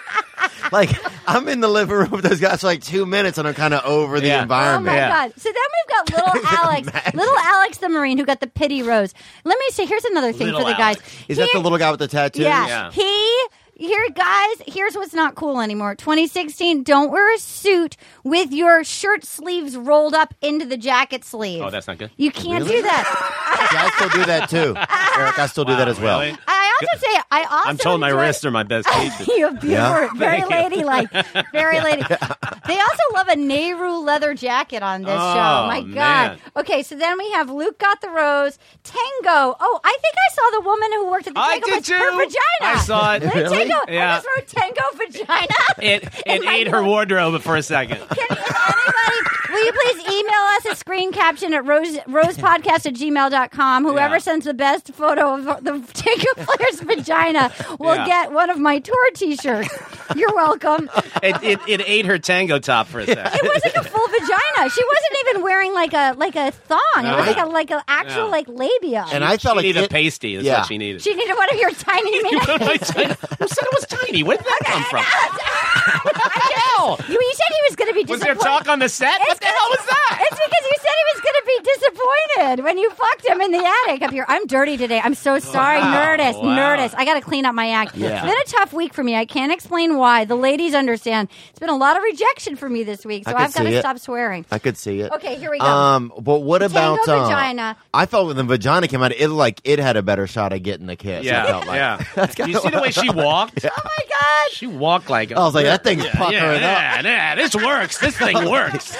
Speaker 5: like I'm in the living room with those guys for like two minutes, and I'm kind of over the
Speaker 6: Yeah.
Speaker 1: Oh my
Speaker 5: environment.
Speaker 6: Yeah.
Speaker 1: god! So then we've got little Alex, little Alex the Marine, who got the pity rose. Let me say, here's another thing
Speaker 6: Little
Speaker 1: for the
Speaker 6: Alex.
Speaker 1: guys.
Speaker 5: Is that the
Speaker 1: Here-
Speaker 5: little guy with the tattoos?
Speaker 1: Oh, Yeah.
Speaker 6: Yeah.
Speaker 1: He here guys, here's what's not cool anymore. 2016, don't wear a suit with your shirt sleeves rolled up into the jacket sleeve.
Speaker 6: Oh, that's not good.
Speaker 1: You can't
Speaker 5: Really?
Speaker 1: do that.
Speaker 5: See, I still do that too, Eric. I still do that as well.
Speaker 6: Really?
Speaker 1: I also say I also
Speaker 6: I'm told my
Speaker 1: enjoy-
Speaker 6: wrists are my best features.
Speaker 1: you have
Speaker 5: Yeah.
Speaker 1: beautiful, very ladylike, very lady. They also love a Nehru leather jacket on this
Speaker 6: Oh,
Speaker 1: show. My God.
Speaker 6: man.
Speaker 1: Okay, so then we have Luke got the rose, Tango. Oh, I think I saw the woman who worked at the
Speaker 6: I
Speaker 1: Tango
Speaker 6: did
Speaker 1: place. Her
Speaker 6: too.
Speaker 1: vagina.
Speaker 6: I saw it.
Speaker 1: Like,
Speaker 5: Really?
Speaker 1: Tango. I
Speaker 6: Yeah.
Speaker 1: just wrote Tango vagina.
Speaker 6: It it
Speaker 1: my
Speaker 6: ate her
Speaker 1: God.
Speaker 6: wardrobe for a second.
Speaker 1: Can anybody, will you please email us a screen caption at rose, rosepodcast at gmail.com? Whoever
Speaker 6: Yeah.
Speaker 1: sends the best photo of the Tango player's vagina will
Speaker 6: Yeah.
Speaker 1: get one of my tour t shirts. You're welcome.
Speaker 6: It, it it ate her tango top for a second.
Speaker 1: It was like a full vagina. She wasn't even wearing like a like a thong. It was
Speaker 6: No.
Speaker 1: like a like an actual
Speaker 6: No.
Speaker 1: like labia.
Speaker 5: And I
Speaker 6: She
Speaker 5: felt like
Speaker 6: needed
Speaker 5: it-
Speaker 6: a pasty. That's
Speaker 5: Yeah.
Speaker 6: what she needed.
Speaker 1: she needed one of your tiny
Speaker 6: You
Speaker 1: mini.
Speaker 6: know what I said? Who said it was tiny? Where did that come from?
Speaker 1: You, you said he was going to be
Speaker 6: Was
Speaker 1: disappointed.
Speaker 6: there talk on the set?
Speaker 1: It's
Speaker 6: What the hell was that?
Speaker 1: It's because you said he was going to be disappointed when you fucked him in the attic up here. I'm dirty today. I'm so sorry.
Speaker 6: Wow,
Speaker 1: Nerdist,
Speaker 6: wow.
Speaker 1: nerdist. I got to clean up my act.
Speaker 5: Yeah.
Speaker 1: It's been a tough week for me. I can't explain why. The ladies understand. It's been a lot of rejection for me this week, so
Speaker 5: I can
Speaker 1: I've got
Speaker 5: see
Speaker 1: to
Speaker 5: it.
Speaker 1: stop swearing.
Speaker 5: I could see it.
Speaker 1: Okay, here we go.
Speaker 5: Um, but what
Speaker 1: Tango
Speaker 5: about uh,
Speaker 1: vagina.
Speaker 5: I felt when the vagina came out, it like it had a better shot at getting a kiss. I felt like.
Speaker 6: yeah. you see the way she walked?
Speaker 1: oh my god.
Speaker 6: She walked like
Speaker 5: I was like, that thing's puckering
Speaker 6: yeah, yeah,
Speaker 5: up.
Speaker 6: yeah, this works. This thing works.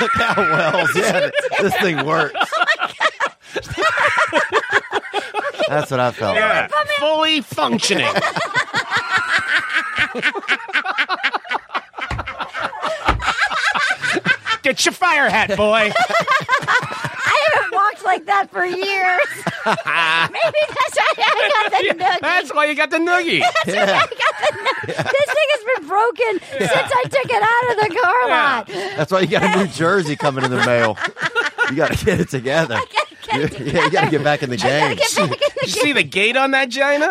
Speaker 5: Look how well yeah, this thing works.
Speaker 1: Oh
Speaker 5: That's what I felt.
Speaker 6: Yeah. Fully functioning. Get your fire hat, boy.
Speaker 1: I haven't walked like that for years. Maybe that's why I got the noogie.
Speaker 6: That's why you got the noogie.
Speaker 5: like. Yeah.
Speaker 1: This thing has been broken since I took it out of the car
Speaker 6: Yeah.
Speaker 1: lot.
Speaker 5: That's why you got a new jersey coming in the mail. You got to get it together.
Speaker 1: Get it
Speaker 5: Yeah, you got to get back in the game.
Speaker 1: Get back in the
Speaker 6: Did you see the gate on that vagina?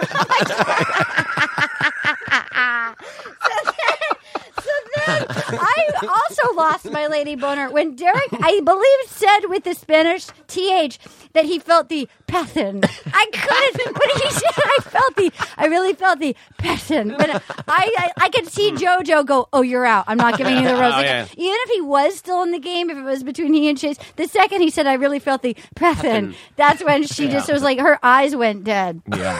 Speaker 1: I also lost my lady boner when Derek, I believe, said with the Spanish th that he felt the passion. I couldn't, but he said I felt the, I really felt the passion. When I, I, I could see JoJo go, "Oh, you're out. I'm not giving you the rose."
Speaker 6: Hmm. Oh,
Speaker 1: Like,
Speaker 6: yeah.
Speaker 1: Even if he was still in the game, if it was between he and Chase, the second he said, "I really felt the passion," that's when she just was like, her eyes went dead.
Speaker 5: Yeah.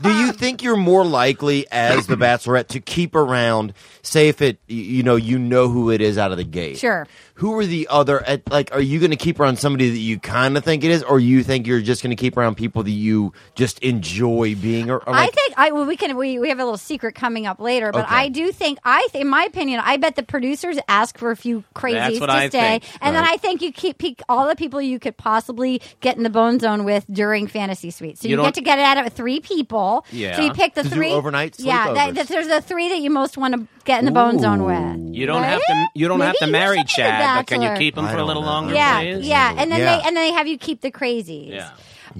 Speaker 5: Do you think you're more likely as the bachelorette to keep around, say if it y- you know you know who it is out of the gate?
Speaker 1: Sure.
Speaker 5: Who are the other at, like are you going to keep around somebody that you kind of think it is or you think you're just going to keep around people that you just enjoy being or, or
Speaker 1: I
Speaker 5: like,
Speaker 1: think I well, we can we, we have a little secret coming up later, but
Speaker 5: Okay.
Speaker 1: I do think I th- in my opinion, I bet the producers ask for a few crazies
Speaker 6: That's what
Speaker 1: to
Speaker 6: I
Speaker 1: stay,
Speaker 6: think.
Speaker 1: and then I think you keep peek all the people you could possibly get in the bone zone with during fantasy suite. So
Speaker 6: You
Speaker 1: you,
Speaker 6: don't-
Speaker 1: get to get it out of three people.
Speaker 6: Yeah.
Speaker 1: So you pick the
Speaker 5: To do
Speaker 1: three
Speaker 5: overnight
Speaker 1: Yeah, that,
Speaker 5: sleepovers.
Speaker 1: that- there's the three that you most want to get in the bone zone with.
Speaker 6: You don't have to. You don't
Speaker 1: Maybe
Speaker 6: have to
Speaker 1: you
Speaker 6: marry
Speaker 1: should be the
Speaker 6: Chad, but can you
Speaker 1: bachelor.
Speaker 6: keep him
Speaker 5: I
Speaker 6: for a
Speaker 5: don't
Speaker 6: little
Speaker 5: know.
Speaker 6: longer?
Speaker 1: Yeah,
Speaker 6: please?
Speaker 1: yeah, and then
Speaker 5: Yeah.
Speaker 1: they and then they have you keep the crazies.
Speaker 6: Yeah.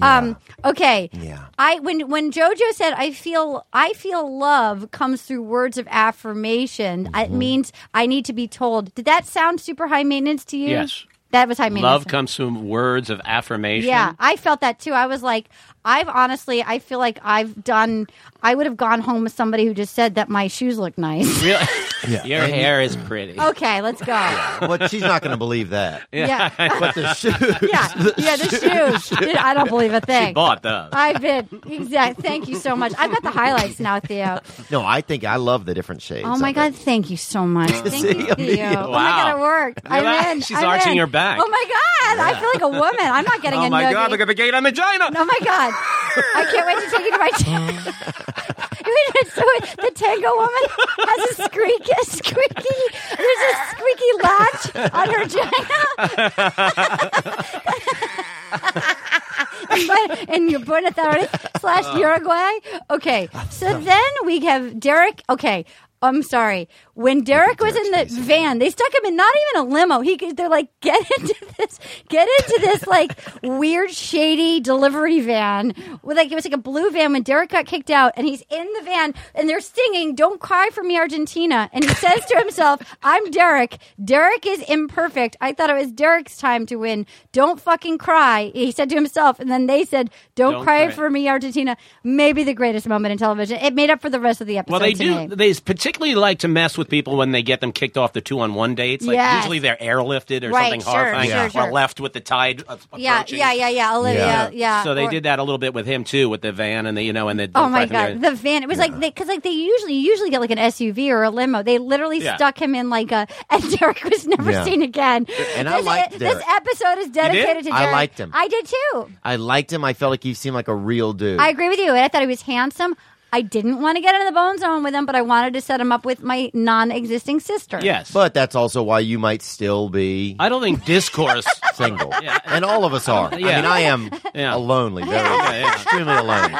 Speaker 1: Um. Okay.
Speaker 5: Yeah.
Speaker 1: I when when JoJo said I feel I feel love comes through words of affirmation. It
Speaker 5: Mm-hmm.
Speaker 1: means I need to be told. Did that sound super high maintenance to you?
Speaker 6: Yes.
Speaker 1: That was high maintenance.
Speaker 6: Love comes from words of affirmation.
Speaker 1: Yeah, I felt that too. I was like, I've honestly, I feel like I've done. I would have gone home with somebody who just said that my shoes look nice.
Speaker 6: Really?
Speaker 5: Yeah.
Speaker 6: Your
Speaker 5: And-
Speaker 6: hair is pretty.
Speaker 1: okay, let's go. Yeah.
Speaker 5: But she's not going to believe that.
Speaker 1: Yeah.
Speaker 5: But the shoes.
Speaker 1: Yeah, the shoes. Dude, I don't believe a thing.
Speaker 6: She bought those.
Speaker 1: I've been exact. Thank you so much. I've got the highlights now, Theo.
Speaker 5: No, I think I love the different shades.
Speaker 1: Oh my
Speaker 5: of
Speaker 1: god!
Speaker 5: it.
Speaker 1: Thank you so much. Thank
Speaker 5: See,
Speaker 1: you, Theo.
Speaker 5: Amelia.
Speaker 1: Oh my god,
Speaker 6: Wow.
Speaker 1: it worked.
Speaker 6: Relax.
Speaker 1: I'm in.
Speaker 6: She's
Speaker 1: I'm
Speaker 6: arching
Speaker 1: in.
Speaker 6: her back.
Speaker 1: Oh my god! I feel like a woman. I'm not getting a
Speaker 6: oh my
Speaker 1: nugget.
Speaker 6: God! Look at the gate on the vagina.
Speaker 1: Oh my god! I can't wait to take you to my. T- so the tango woman has a squeaky, a squeaky. There's a squeaky latch on her vagina. But in Buenos Aires slash Uruguay. Okay, so then we have Derek. Okay. I'm sorry. When Derek was in the van, they stuck him in not even a limo. He could- they're like, get into this, get into this like weird shady delivery van with like it was like a blue van. When Derek got kicked out, and he's in the van, and they're singing "Don't Cry for Me, Argentina," and he says to himself, "I'm Derek. Derek is imperfect. I thought it was Derek's time to win. Don't fucking cry." He said to himself, and then they said, "Don't,
Speaker 6: Don't
Speaker 1: cry,
Speaker 6: cry.
Speaker 1: for me, Argentina." Maybe the greatest moment in television. It made up for the rest of the episode.
Speaker 6: Well, they
Speaker 1: to
Speaker 6: do.
Speaker 1: me.
Speaker 6: They particularly like to mess with people when they get them kicked off the two-on-one dates. Like
Speaker 1: Yes.
Speaker 6: usually they're airlifted or
Speaker 1: Right,
Speaker 6: something
Speaker 1: sure,
Speaker 6: horrifying,
Speaker 1: sure,
Speaker 6: or
Speaker 1: sure.
Speaker 6: left with the tide. a-
Speaker 1: Yeah,
Speaker 6: approaching.
Speaker 1: yeah, yeah, yeah. Olivia, yeah.
Speaker 5: Yeah.
Speaker 6: So they
Speaker 1: Or-
Speaker 6: did that a little bit with him too, with the van and the you know and the.
Speaker 1: Oh my god,
Speaker 6: front-
Speaker 1: the van! It was like they because like they usually usually get like an SUV or a limo. They literally
Speaker 6: Yeah.
Speaker 1: stuck him in like a, and Derek was never
Speaker 5: Yeah.
Speaker 1: seen again.
Speaker 5: And I
Speaker 1: this,
Speaker 5: liked
Speaker 1: this
Speaker 5: Derek.
Speaker 1: episode is dedicated to Derek.
Speaker 5: I liked him.
Speaker 1: I did too.
Speaker 5: I liked him. I felt like he seemed like a real dude.
Speaker 1: I agree with you. And I thought he was handsome. I didn't want to get in the bone zone with him, but I wanted to set him up with my non-existing sister.
Speaker 6: yes,
Speaker 5: But that's also why you might still be
Speaker 6: I don't think discourse.
Speaker 5: single. And all of us are. I
Speaker 6: Yeah.
Speaker 5: mean, I am
Speaker 6: Yeah.
Speaker 5: a lonely, very,
Speaker 6: yeah.
Speaker 5: extremely alone.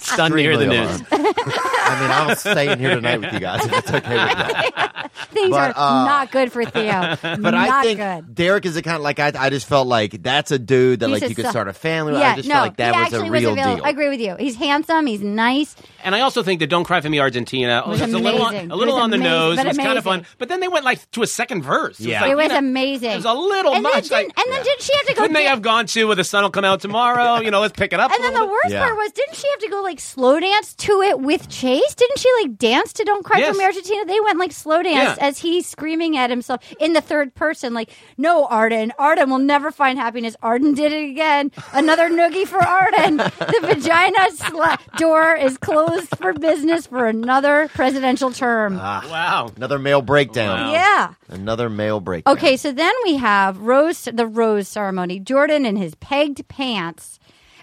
Speaker 6: stunned to hear the
Speaker 5: Extremely
Speaker 6: news.
Speaker 5: alone. I mean, I'll stay in here tonight with you guys if it's okay with that.
Speaker 1: things
Speaker 5: But,
Speaker 1: are
Speaker 5: uh,
Speaker 1: not good for Theo.
Speaker 5: But
Speaker 1: not
Speaker 5: I think
Speaker 1: good.
Speaker 5: Derek is the kind of like I, I just felt like that's a dude that
Speaker 1: He's
Speaker 5: like
Speaker 1: a
Speaker 5: you could
Speaker 1: so-
Speaker 5: start a family with.
Speaker 1: Yeah,
Speaker 5: I just
Speaker 1: no,
Speaker 5: felt like that
Speaker 1: he
Speaker 5: was a
Speaker 1: actually
Speaker 5: real
Speaker 1: avail-
Speaker 5: deal.
Speaker 1: I agree with you. He's handsome. He's nice.
Speaker 6: And I also think that "Don't Cry for Me, Argentina"
Speaker 1: was
Speaker 6: was a little on,
Speaker 1: amazing.
Speaker 6: a little
Speaker 1: It was
Speaker 6: on the
Speaker 1: amazing,
Speaker 6: nose.
Speaker 1: but
Speaker 6: It was kind of
Speaker 1: amazing.
Speaker 6: fun, but then they went like to a second verse.
Speaker 5: Yeah.
Speaker 6: like,
Speaker 1: It was
Speaker 6: Uh, you know,
Speaker 1: amazing.
Speaker 6: It was a little
Speaker 1: and
Speaker 6: much.
Speaker 1: Then
Speaker 6: like,
Speaker 1: didn't- and then did she have to go?
Speaker 6: couldn't they
Speaker 1: get-
Speaker 6: have gone to where the sun will come out tomorrow? You know, let's pick it up. a
Speaker 1: And then the
Speaker 6: little bit.
Speaker 1: worst
Speaker 5: Yeah.
Speaker 1: part was, didn't she have to go like slow dance to it with Chase? Didn't she like dance to "Don't Cry
Speaker 6: Yes.
Speaker 1: for Me, Argentina"? They went like slow dance
Speaker 6: Yeah.
Speaker 1: as he's screaming at himself in the third person, like "No, Arden, Arden will never find happiness." Arden did it again. Another noogie for Arden. the vagina sla- door is closed for business for another presidential term.
Speaker 6: Wow.
Speaker 5: Another male breakdown.
Speaker 6: Wow.
Speaker 1: yeah.
Speaker 5: Another male breakdown.
Speaker 1: Okay, so then we have rose the rose ceremony. Jordan in his pegged pants.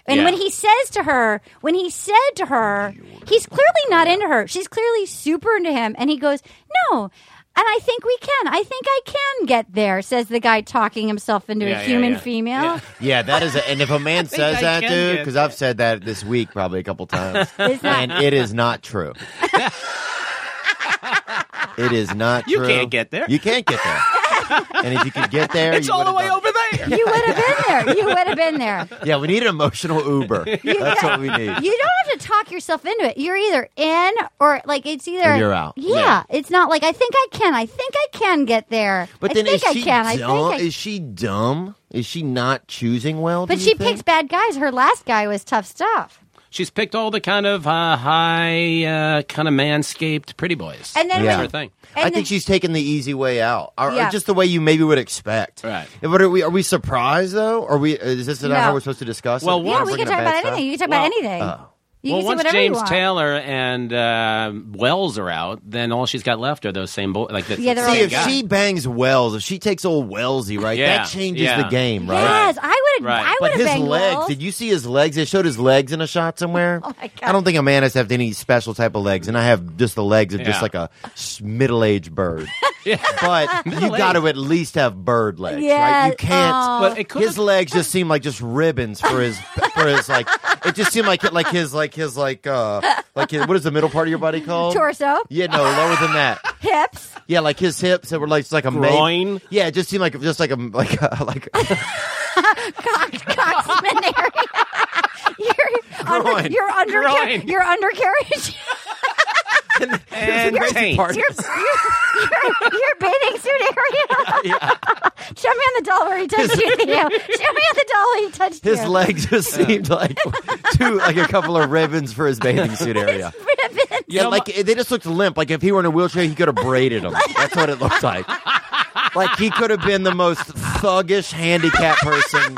Speaker 1: And
Speaker 6: Yeah.
Speaker 1: when he says to her, when he said to her, he's clearly not into her. She's clearly super into him. And he goes, No. And I think we can. I think I can get there, says the guy talking himself into
Speaker 6: Yeah,
Speaker 1: a
Speaker 6: yeah,
Speaker 1: human
Speaker 6: yeah.
Speaker 1: female.
Speaker 6: Yeah.
Speaker 5: Yeah, that is. A, and if a man says
Speaker 6: I
Speaker 5: that,
Speaker 6: can
Speaker 5: dude,
Speaker 6: get
Speaker 5: because I've said that this week probably a couple times,
Speaker 1: It's not-
Speaker 5: and it is not true. it is not
Speaker 6: You
Speaker 5: true.
Speaker 6: can't get there.
Speaker 5: You can't get there. and if you could get there,
Speaker 6: It's
Speaker 5: you
Speaker 6: all the
Speaker 5: would've
Speaker 6: way
Speaker 5: done it.
Speaker 6: over there.
Speaker 1: You would have been there. You would have been there.
Speaker 5: Yeah, we need an emotional Uber. That's what we need.
Speaker 1: You don't have to talk yourself into it. You're either in or like it's either
Speaker 5: Or you're out.
Speaker 1: Yeah, it's not like I think I can. I think I can get there.
Speaker 5: But
Speaker 1: I
Speaker 5: then
Speaker 1: think
Speaker 5: is she
Speaker 1: I can. I
Speaker 5: dumb?
Speaker 1: think I
Speaker 5: Is she dumb? Is she not choosing well? do
Speaker 1: But
Speaker 5: you
Speaker 1: she
Speaker 5: think?
Speaker 1: picks bad guys. Her last guy was tough stuff.
Speaker 6: She's picked all the kind of uh, high, uh, kind of manscaped pretty boys.
Speaker 1: And then
Speaker 5: Yeah.
Speaker 6: That's her
Speaker 1: when,
Speaker 6: thing.
Speaker 5: I
Speaker 1: and
Speaker 5: think
Speaker 1: then-
Speaker 5: she's taking the easy way out, or, or
Speaker 1: Yeah.
Speaker 5: just the way you maybe would expect.
Speaker 6: Right.
Speaker 5: And What are we? Are we surprised though? Are we? Is this
Speaker 1: No.
Speaker 5: how we're supposed to discuss? it?
Speaker 6: Well,
Speaker 5: We're
Speaker 1: yeah,
Speaker 6: once-
Speaker 1: we
Speaker 5: bringing
Speaker 1: can
Speaker 5: up
Speaker 1: talk about
Speaker 5: bad stuff? uh,
Speaker 1: anything. You can talk
Speaker 6: Well,
Speaker 1: about anything. you
Speaker 6: well,
Speaker 1: can say
Speaker 6: once
Speaker 1: whatever
Speaker 6: James
Speaker 1: you want.
Speaker 6: Taylor and uh, Wells are out, then all she's got left are those same boys. Like the,
Speaker 1: Yeah, they're
Speaker 6: same
Speaker 5: See, if
Speaker 6: guy.
Speaker 5: she bangs Wells, if she takes old Wellsy, right,
Speaker 6: Yeah,
Speaker 5: that changes
Speaker 6: yeah.
Speaker 5: the game, right?
Speaker 1: Yes, I would would
Speaker 6: Right.
Speaker 1: have. I would
Speaker 5: But
Speaker 1: have
Speaker 5: his
Speaker 1: banged
Speaker 5: legs,
Speaker 1: Will.
Speaker 5: did you see his legs? They showed his legs in a shot somewhere.
Speaker 1: Oh, my God.
Speaker 5: I don't think a man has to have any special type of legs, and I have just the legs of
Speaker 6: Yeah.
Speaker 5: just like a s- middle-aged bird.
Speaker 6: Yeah.
Speaker 5: But you
Speaker 6: Middle-aged.
Speaker 5: got to at least have bird legs,
Speaker 1: Yeah,
Speaker 5: right? You can't.
Speaker 1: aw.
Speaker 6: But it could
Speaker 5: his legs just seem like just ribbons for his for his like. It just seemed like like his like his like uh like his, what is the middle part of your body called?
Speaker 1: Torso,
Speaker 5: Yeah, no, lower than that.
Speaker 1: hips.
Speaker 5: Yeah, like his hips that were like just like a ma-
Speaker 6: Groin?
Speaker 5: Yeah, it just seemed like just like a like a, like.
Speaker 1: Coxman area. your, under,
Speaker 5: Groin.
Speaker 1: your, undercar-
Speaker 6: Groin.
Speaker 1: your undercarriage.
Speaker 6: and taint.
Speaker 5: part.
Speaker 1: your, your, your, your bathing suit area. Show me on the doll where he touched you. Theo. Show me on the doll where he touched
Speaker 5: His
Speaker 1: you.
Speaker 5: legs just seemed like two, like a couple of ribbons for his bathing suit area.
Speaker 6: You
Speaker 5: Yeah,
Speaker 6: know,
Speaker 5: like they just looked limp. Like if he were in a wheelchair, he could have braided them. That's what it looked like. Like he could have been the most thuggish handicapped person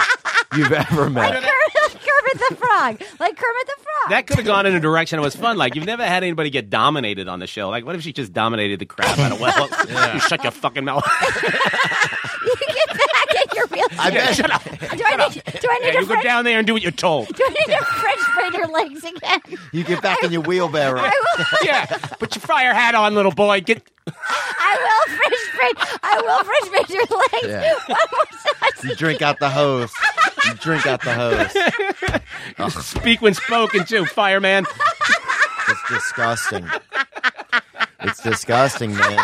Speaker 5: you've ever met.
Speaker 1: Kermit, Kermit the Frog. Like Kermit the Frog.
Speaker 6: that could have gone in a direction that was fun. Like you've never had anybody get dominated on the show. Like what if she just dominated the crap out of Well? You shut your fucking mouth.
Speaker 1: you get back in your wheelchair.
Speaker 5: I bet.
Speaker 6: shut up.
Speaker 1: do I need, do I need
Speaker 6: Yeah,
Speaker 1: to
Speaker 6: you go
Speaker 1: French,
Speaker 6: down there and do what you're told.
Speaker 1: do I need to French braid your legs again?
Speaker 5: You get back in your wheelbarrow.
Speaker 1: I will,
Speaker 6: yeah, put your fire hat on, little boy. Get
Speaker 1: I will French braid. I will French braid your legs.
Speaker 5: Yeah.
Speaker 1: One more time.
Speaker 5: You drink out the hose. You drink out the hose.
Speaker 6: speak when spoken to, fireman.
Speaker 5: It's disgusting. It's disgusting, man.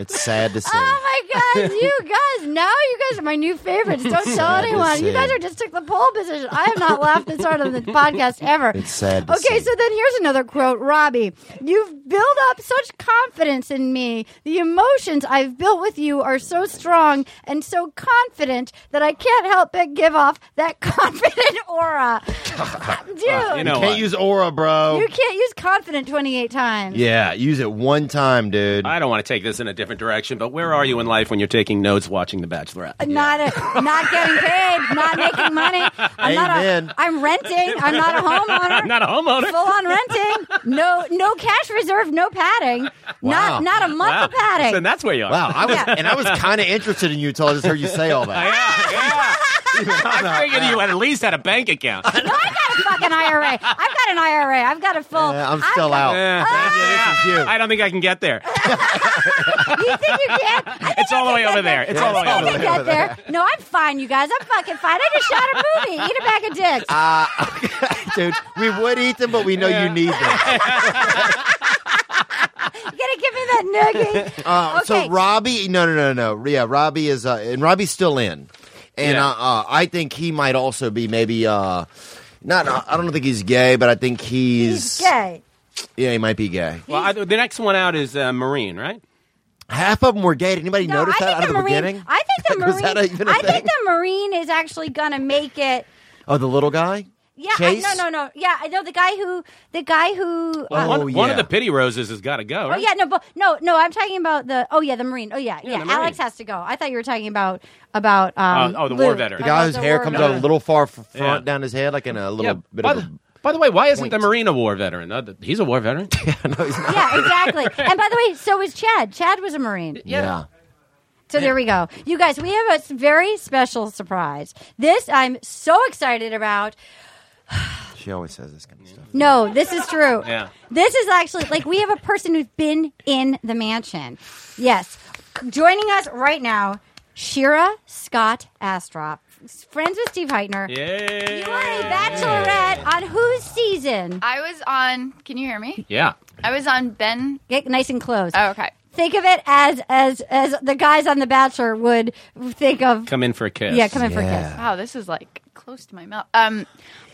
Speaker 5: It's sad to see.
Speaker 1: Oh my God, you guys! Now you guys are my new favorites. Don't tell
Speaker 5: Sad to
Speaker 1: anyone. You
Speaker 5: say.
Speaker 1: guys are just took the pole position. I have not laughed this hard on the podcast ever.
Speaker 5: It's sad to
Speaker 1: Okay,
Speaker 5: say.
Speaker 1: so then here's another quote, Robbie. You've built up such confidence in me. The emotions I've built with you are so strong and so confident that I can't help but give off that confident aura. Dude,
Speaker 6: Well,
Speaker 1: you,
Speaker 6: you know
Speaker 5: Can't
Speaker 6: what?
Speaker 5: use aura, bro.
Speaker 1: can't use confident 28 times.
Speaker 5: Yeah, use it one time, dude.
Speaker 6: I don't want to take this in a different direction, but where are you in life when you're taking notes watching The Bachelorette?
Speaker 1: not a, not getting paid, not making money. I'm
Speaker 5: Amen.
Speaker 1: not a, I'm renting. I'm not a homeowner.
Speaker 6: I'm not a homeowner.
Speaker 1: Full on renting. No no cash reserve, no padding.
Speaker 5: Wow.
Speaker 1: Not not a month
Speaker 6: Wow.
Speaker 1: of padding.
Speaker 6: Then that's where you are.
Speaker 5: Wow, I was
Speaker 1: Yeah.
Speaker 5: and I was kind of interested in you until I just heard you say all
Speaker 6: Yeah,
Speaker 5: that.
Speaker 6: yeah. I figured you at least had a bank account.
Speaker 5: Oh.
Speaker 1: no, I got a fucking IRA. I've got an IRA. I've got a full
Speaker 5: Yeah, I'm
Speaker 1: I've
Speaker 5: still
Speaker 1: got-
Speaker 5: out.
Speaker 6: Yeah.
Speaker 5: Yeah, this is you.
Speaker 6: I don't think I can get there.
Speaker 1: You think you can? I think
Speaker 6: It's
Speaker 1: I
Speaker 6: all the
Speaker 1: can
Speaker 6: way
Speaker 1: get
Speaker 6: over there. It's
Speaker 1: I
Speaker 6: all the
Speaker 1: think
Speaker 6: way over
Speaker 1: I can get there. No, I'm fine, you guys. I'm fucking fine. I just shot a movie. Eat a bag of dicks.
Speaker 5: Uh, Dude, we would eat them, but we know you need them.
Speaker 1: you gonna give me that noogie?
Speaker 5: Uh,
Speaker 1: Okay.
Speaker 5: So Robbie, no, no, no, no. Yeah, Robbie is, uh, and Robbie's still in, and
Speaker 6: Yeah.
Speaker 5: uh, uh, I think he might also be maybe. Uh, not, I don't think he's gay, but I think he's,
Speaker 1: He's gay.
Speaker 5: Yeah, he might be gay.
Speaker 6: Well, I, the next one out is uh, Marine, right?
Speaker 5: Half of them were gay. Did anybody
Speaker 1: No,
Speaker 5: notice
Speaker 1: I
Speaker 5: that
Speaker 1: think
Speaker 5: out of the
Speaker 1: Marine,
Speaker 5: beginning?
Speaker 1: I think the
Speaker 5: Was
Speaker 1: Marine.
Speaker 5: that even a
Speaker 1: I think
Speaker 5: thing?
Speaker 1: the Marine is actually gonna make it.
Speaker 5: oh, the little guy.
Speaker 1: Yeah, I,
Speaker 5: Chase?
Speaker 1: no, no, no. Yeah, I know the guy who. The guy who.
Speaker 5: Well,
Speaker 1: uh,
Speaker 6: One
Speaker 5: Oh,
Speaker 6: one of
Speaker 5: yeah.
Speaker 6: the pity roses has got to go,
Speaker 1: oh
Speaker 6: right?
Speaker 1: yeah, no, but no, no. I'm talking about the. Oh yeah, the Marine. Oh yeah,
Speaker 6: Yeah,
Speaker 1: yeah.
Speaker 6: the Marine.
Speaker 1: Alex has to go. I thought you were talking about about. Um,
Speaker 6: Uh, oh, the war
Speaker 1: Luke.
Speaker 6: veteran.
Speaker 5: The
Speaker 6: The
Speaker 1: About
Speaker 5: guy whose
Speaker 1: the
Speaker 5: hair
Speaker 1: war
Speaker 5: comes
Speaker 1: veteran.
Speaker 5: out a little far f- front
Speaker 6: Yeah.
Speaker 5: down his head, like in a little
Speaker 6: Yeah,
Speaker 5: bit
Speaker 6: by,
Speaker 5: of.
Speaker 6: the, by the way, why isn't the
Speaker 5: point.
Speaker 6: Marine a war veteran? Uh, th- he's a war veteran.
Speaker 5: A, no, he's not.
Speaker 1: Yeah, exactly. And by the way, so was Chad. Chad was a Marine.
Speaker 5: yeah.
Speaker 1: So there we go. You guys, we have a s- very special surprise. This I'm so excited about.
Speaker 5: She always says this kind of stuff.
Speaker 1: No, this is true.
Speaker 6: Yeah.
Speaker 1: This is actually like we have a person who's been in the mansion. Yes. Joining us right now, Shira Scott Astrop, friends with Steve Heitner.
Speaker 6: Yay.
Speaker 1: You are a bachelorette on whose season?
Speaker 7: I was on. Can you hear me?
Speaker 6: Yeah.
Speaker 7: I was on Ben.
Speaker 1: Get nice and close.
Speaker 7: Oh, okay.
Speaker 1: Think of it as as as the guys on The Bachelor would think of.
Speaker 6: Come in for a kiss.
Speaker 1: yeah, come in for a
Speaker 5: Yeah.
Speaker 1: kiss.
Speaker 7: Wow, this is like close to my mouth. Um,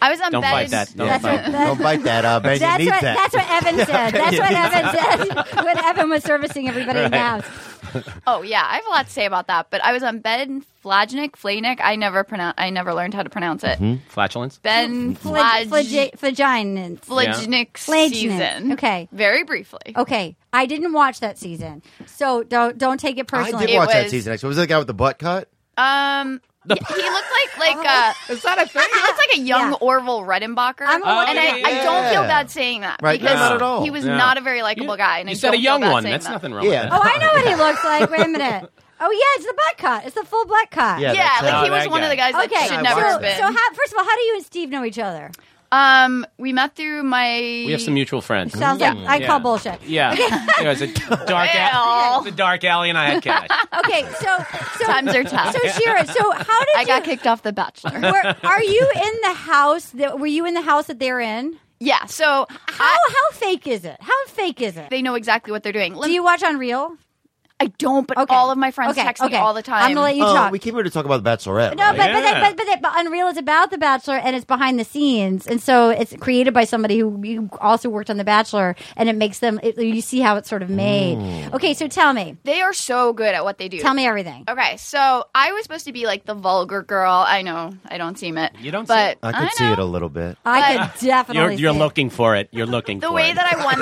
Speaker 7: I was on
Speaker 6: Don't
Speaker 7: Ben.
Speaker 6: fight that. Don't
Speaker 1: That's
Speaker 6: fight
Speaker 1: what-
Speaker 6: that.
Speaker 1: that's-
Speaker 5: Don't bite that up. Ben, you
Speaker 1: That's
Speaker 5: need
Speaker 1: what,
Speaker 5: that.
Speaker 1: that's what Evan said. That's what Evan said when Evan was servicing everybody in the house.
Speaker 7: Oh yeah, I have a lot to say about that. But I was on Ben Flagnick. Flagnick. I never pronounce. I never learned how to pronounce it.
Speaker 6: Mm-hmm. Flatulence.
Speaker 7: Ben
Speaker 1: Flag-
Speaker 7: Flag-
Speaker 1: flagi- Vaginance.
Speaker 7: Flagnick
Speaker 1: Flagnick.
Speaker 7: season.
Speaker 1: Okay. Oh.
Speaker 7: Very briefly.
Speaker 1: Okay, I didn't watch that season, so don't don't take it
Speaker 5: I
Speaker 1: personally.
Speaker 5: did watch that
Speaker 7: was-
Speaker 5: season. Actually, was that the guy with the butt cut?
Speaker 7: Um, yeah, he looked like like a.
Speaker 6: Is that a thing?
Speaker 7: He looks like a young
Speaker 1: Yeah.
Speaker 7: Orville Redenbacher,
Speaker 1: I'm a-
Speaker 7: and I,
Speaker 6: Oh,
Speaker 7: I don't feel
Speaker 5: yeah.
Speaker 7: bad saying that
Speaker 5: Right, no,
Speaker 7: because
Speaker 5: not at all.
Speaker 7: he was
Speaker 6: No.
Speaker 7: not a very likable guy. And
Speaker 6: you
Speaker 7: I
Speaker 6: said
Speaker 7: don't
Speaker 6: a young
Speaker 7: feel bad
Speaker 6: one.
Speaker 7: saying
Speaker 6: That's
Speaker 7: that.
Speaker 6: nothing wrong
Speaker 5: Yeah.
Speaker 6: with
Speaker 1: oh,
Speaker 6: that.
Speaker 1: I know what he looks like. Wait a minute. Oh yeah, it's the black cot. It's the full black cot.
Speaker 5: Yeah,
Speaker 7: yeah,
Speaker 5: that's
Speaker 7: like
Speaker 5: how-
Speaker 7: he
Speaker 6: Oh,
Speaker 7: was
Speaker 6: that
Speaker 7: one of the
Speaker 6: guy.
Speaker 7: guys that
Speaker 1: Okay.
Speaker 7: should
Speaker 1: so,
Speaker 7: never
Speaker 5: watched
Speaker 1: so
Speaker 7: have
Speaker 5: that.
Speaker 7: been.
Speaker 1: how, first of all, how do you and Steve know each other?
Speaker 7: um, we met through my.
Speaker 6: We have some mutual friends.
Speaker 1: Sounds
Speaker 5: Mm,
Speaker 1: like I
Speaker 6: Yeah.
Speaker 1: call bullshit.
Speaker 6: Yeah, it was a dark
Speaker 7: Well.
Speaker 6: alley. It was a dark alley, and I had cash.
Speaker 1: Okay, so so
Speaker 7: Times are tough.
Speaker 1: so Shira, so how did
Speaker 7: I got
Speaker 1: you?
Speaker 7: kicked off The Bachelor.
Speaker 1: were, are you in the house? That, were you in the house that they're in?
Speaker 7: yeah, so
Speaker 1: How
Speaker 7: I,
Speaker 1: how fake is it? How fake is it?
Speaker 7: they know exactly what they're doing. Let
Speaker 1: Do you watch Unreal?
Speaker 7: I don't, but
Speaker 1: Okay.
Speaker 7: all of my friends
Speaker 1: okay.
Speaker 7: text
Speaker 1: okay.
Speaker 7: me all the time.
Speaker 1: I'm gonna let you
Speaker 5: Oh,
Speaker 1: talk.
Speaker 5: we came here to talk about the Bachelorette.
Speaker 1: No,
Speaker 5: right?
Speaker 1: but but, that,
Speaker 6: Yeah.
Speaker 1: but but that- but Unreal is about The Bachelor and it's behind the scenes, and so it's created by somebody who you also worked on The Bachelor, and it makes them. It, you see how it's sort of made. Okay, so tell me,
Speaker 7: they are so good at what they do.
Speaker 1: tell me everything.
Speaker 7: Okay, so I was supposed to be like the vulgar girl. I know I don't seem it.
Speaker 6: You don't
Speaker 7: but
Speaker 5: I could see
Speaker 7: know.
Speaker 5: it a little bit.
Speaker 1: I could
Speaker 6: You're,
Speaker 1: definitely.
Speaker 6: you're
Speaker 1: see it.
Speaker 6: looking for it. You're looking
Speaker 7: The
Speaker 6: for
Speaker 7: way
Speaker 6: it.
Speaker 7: that I won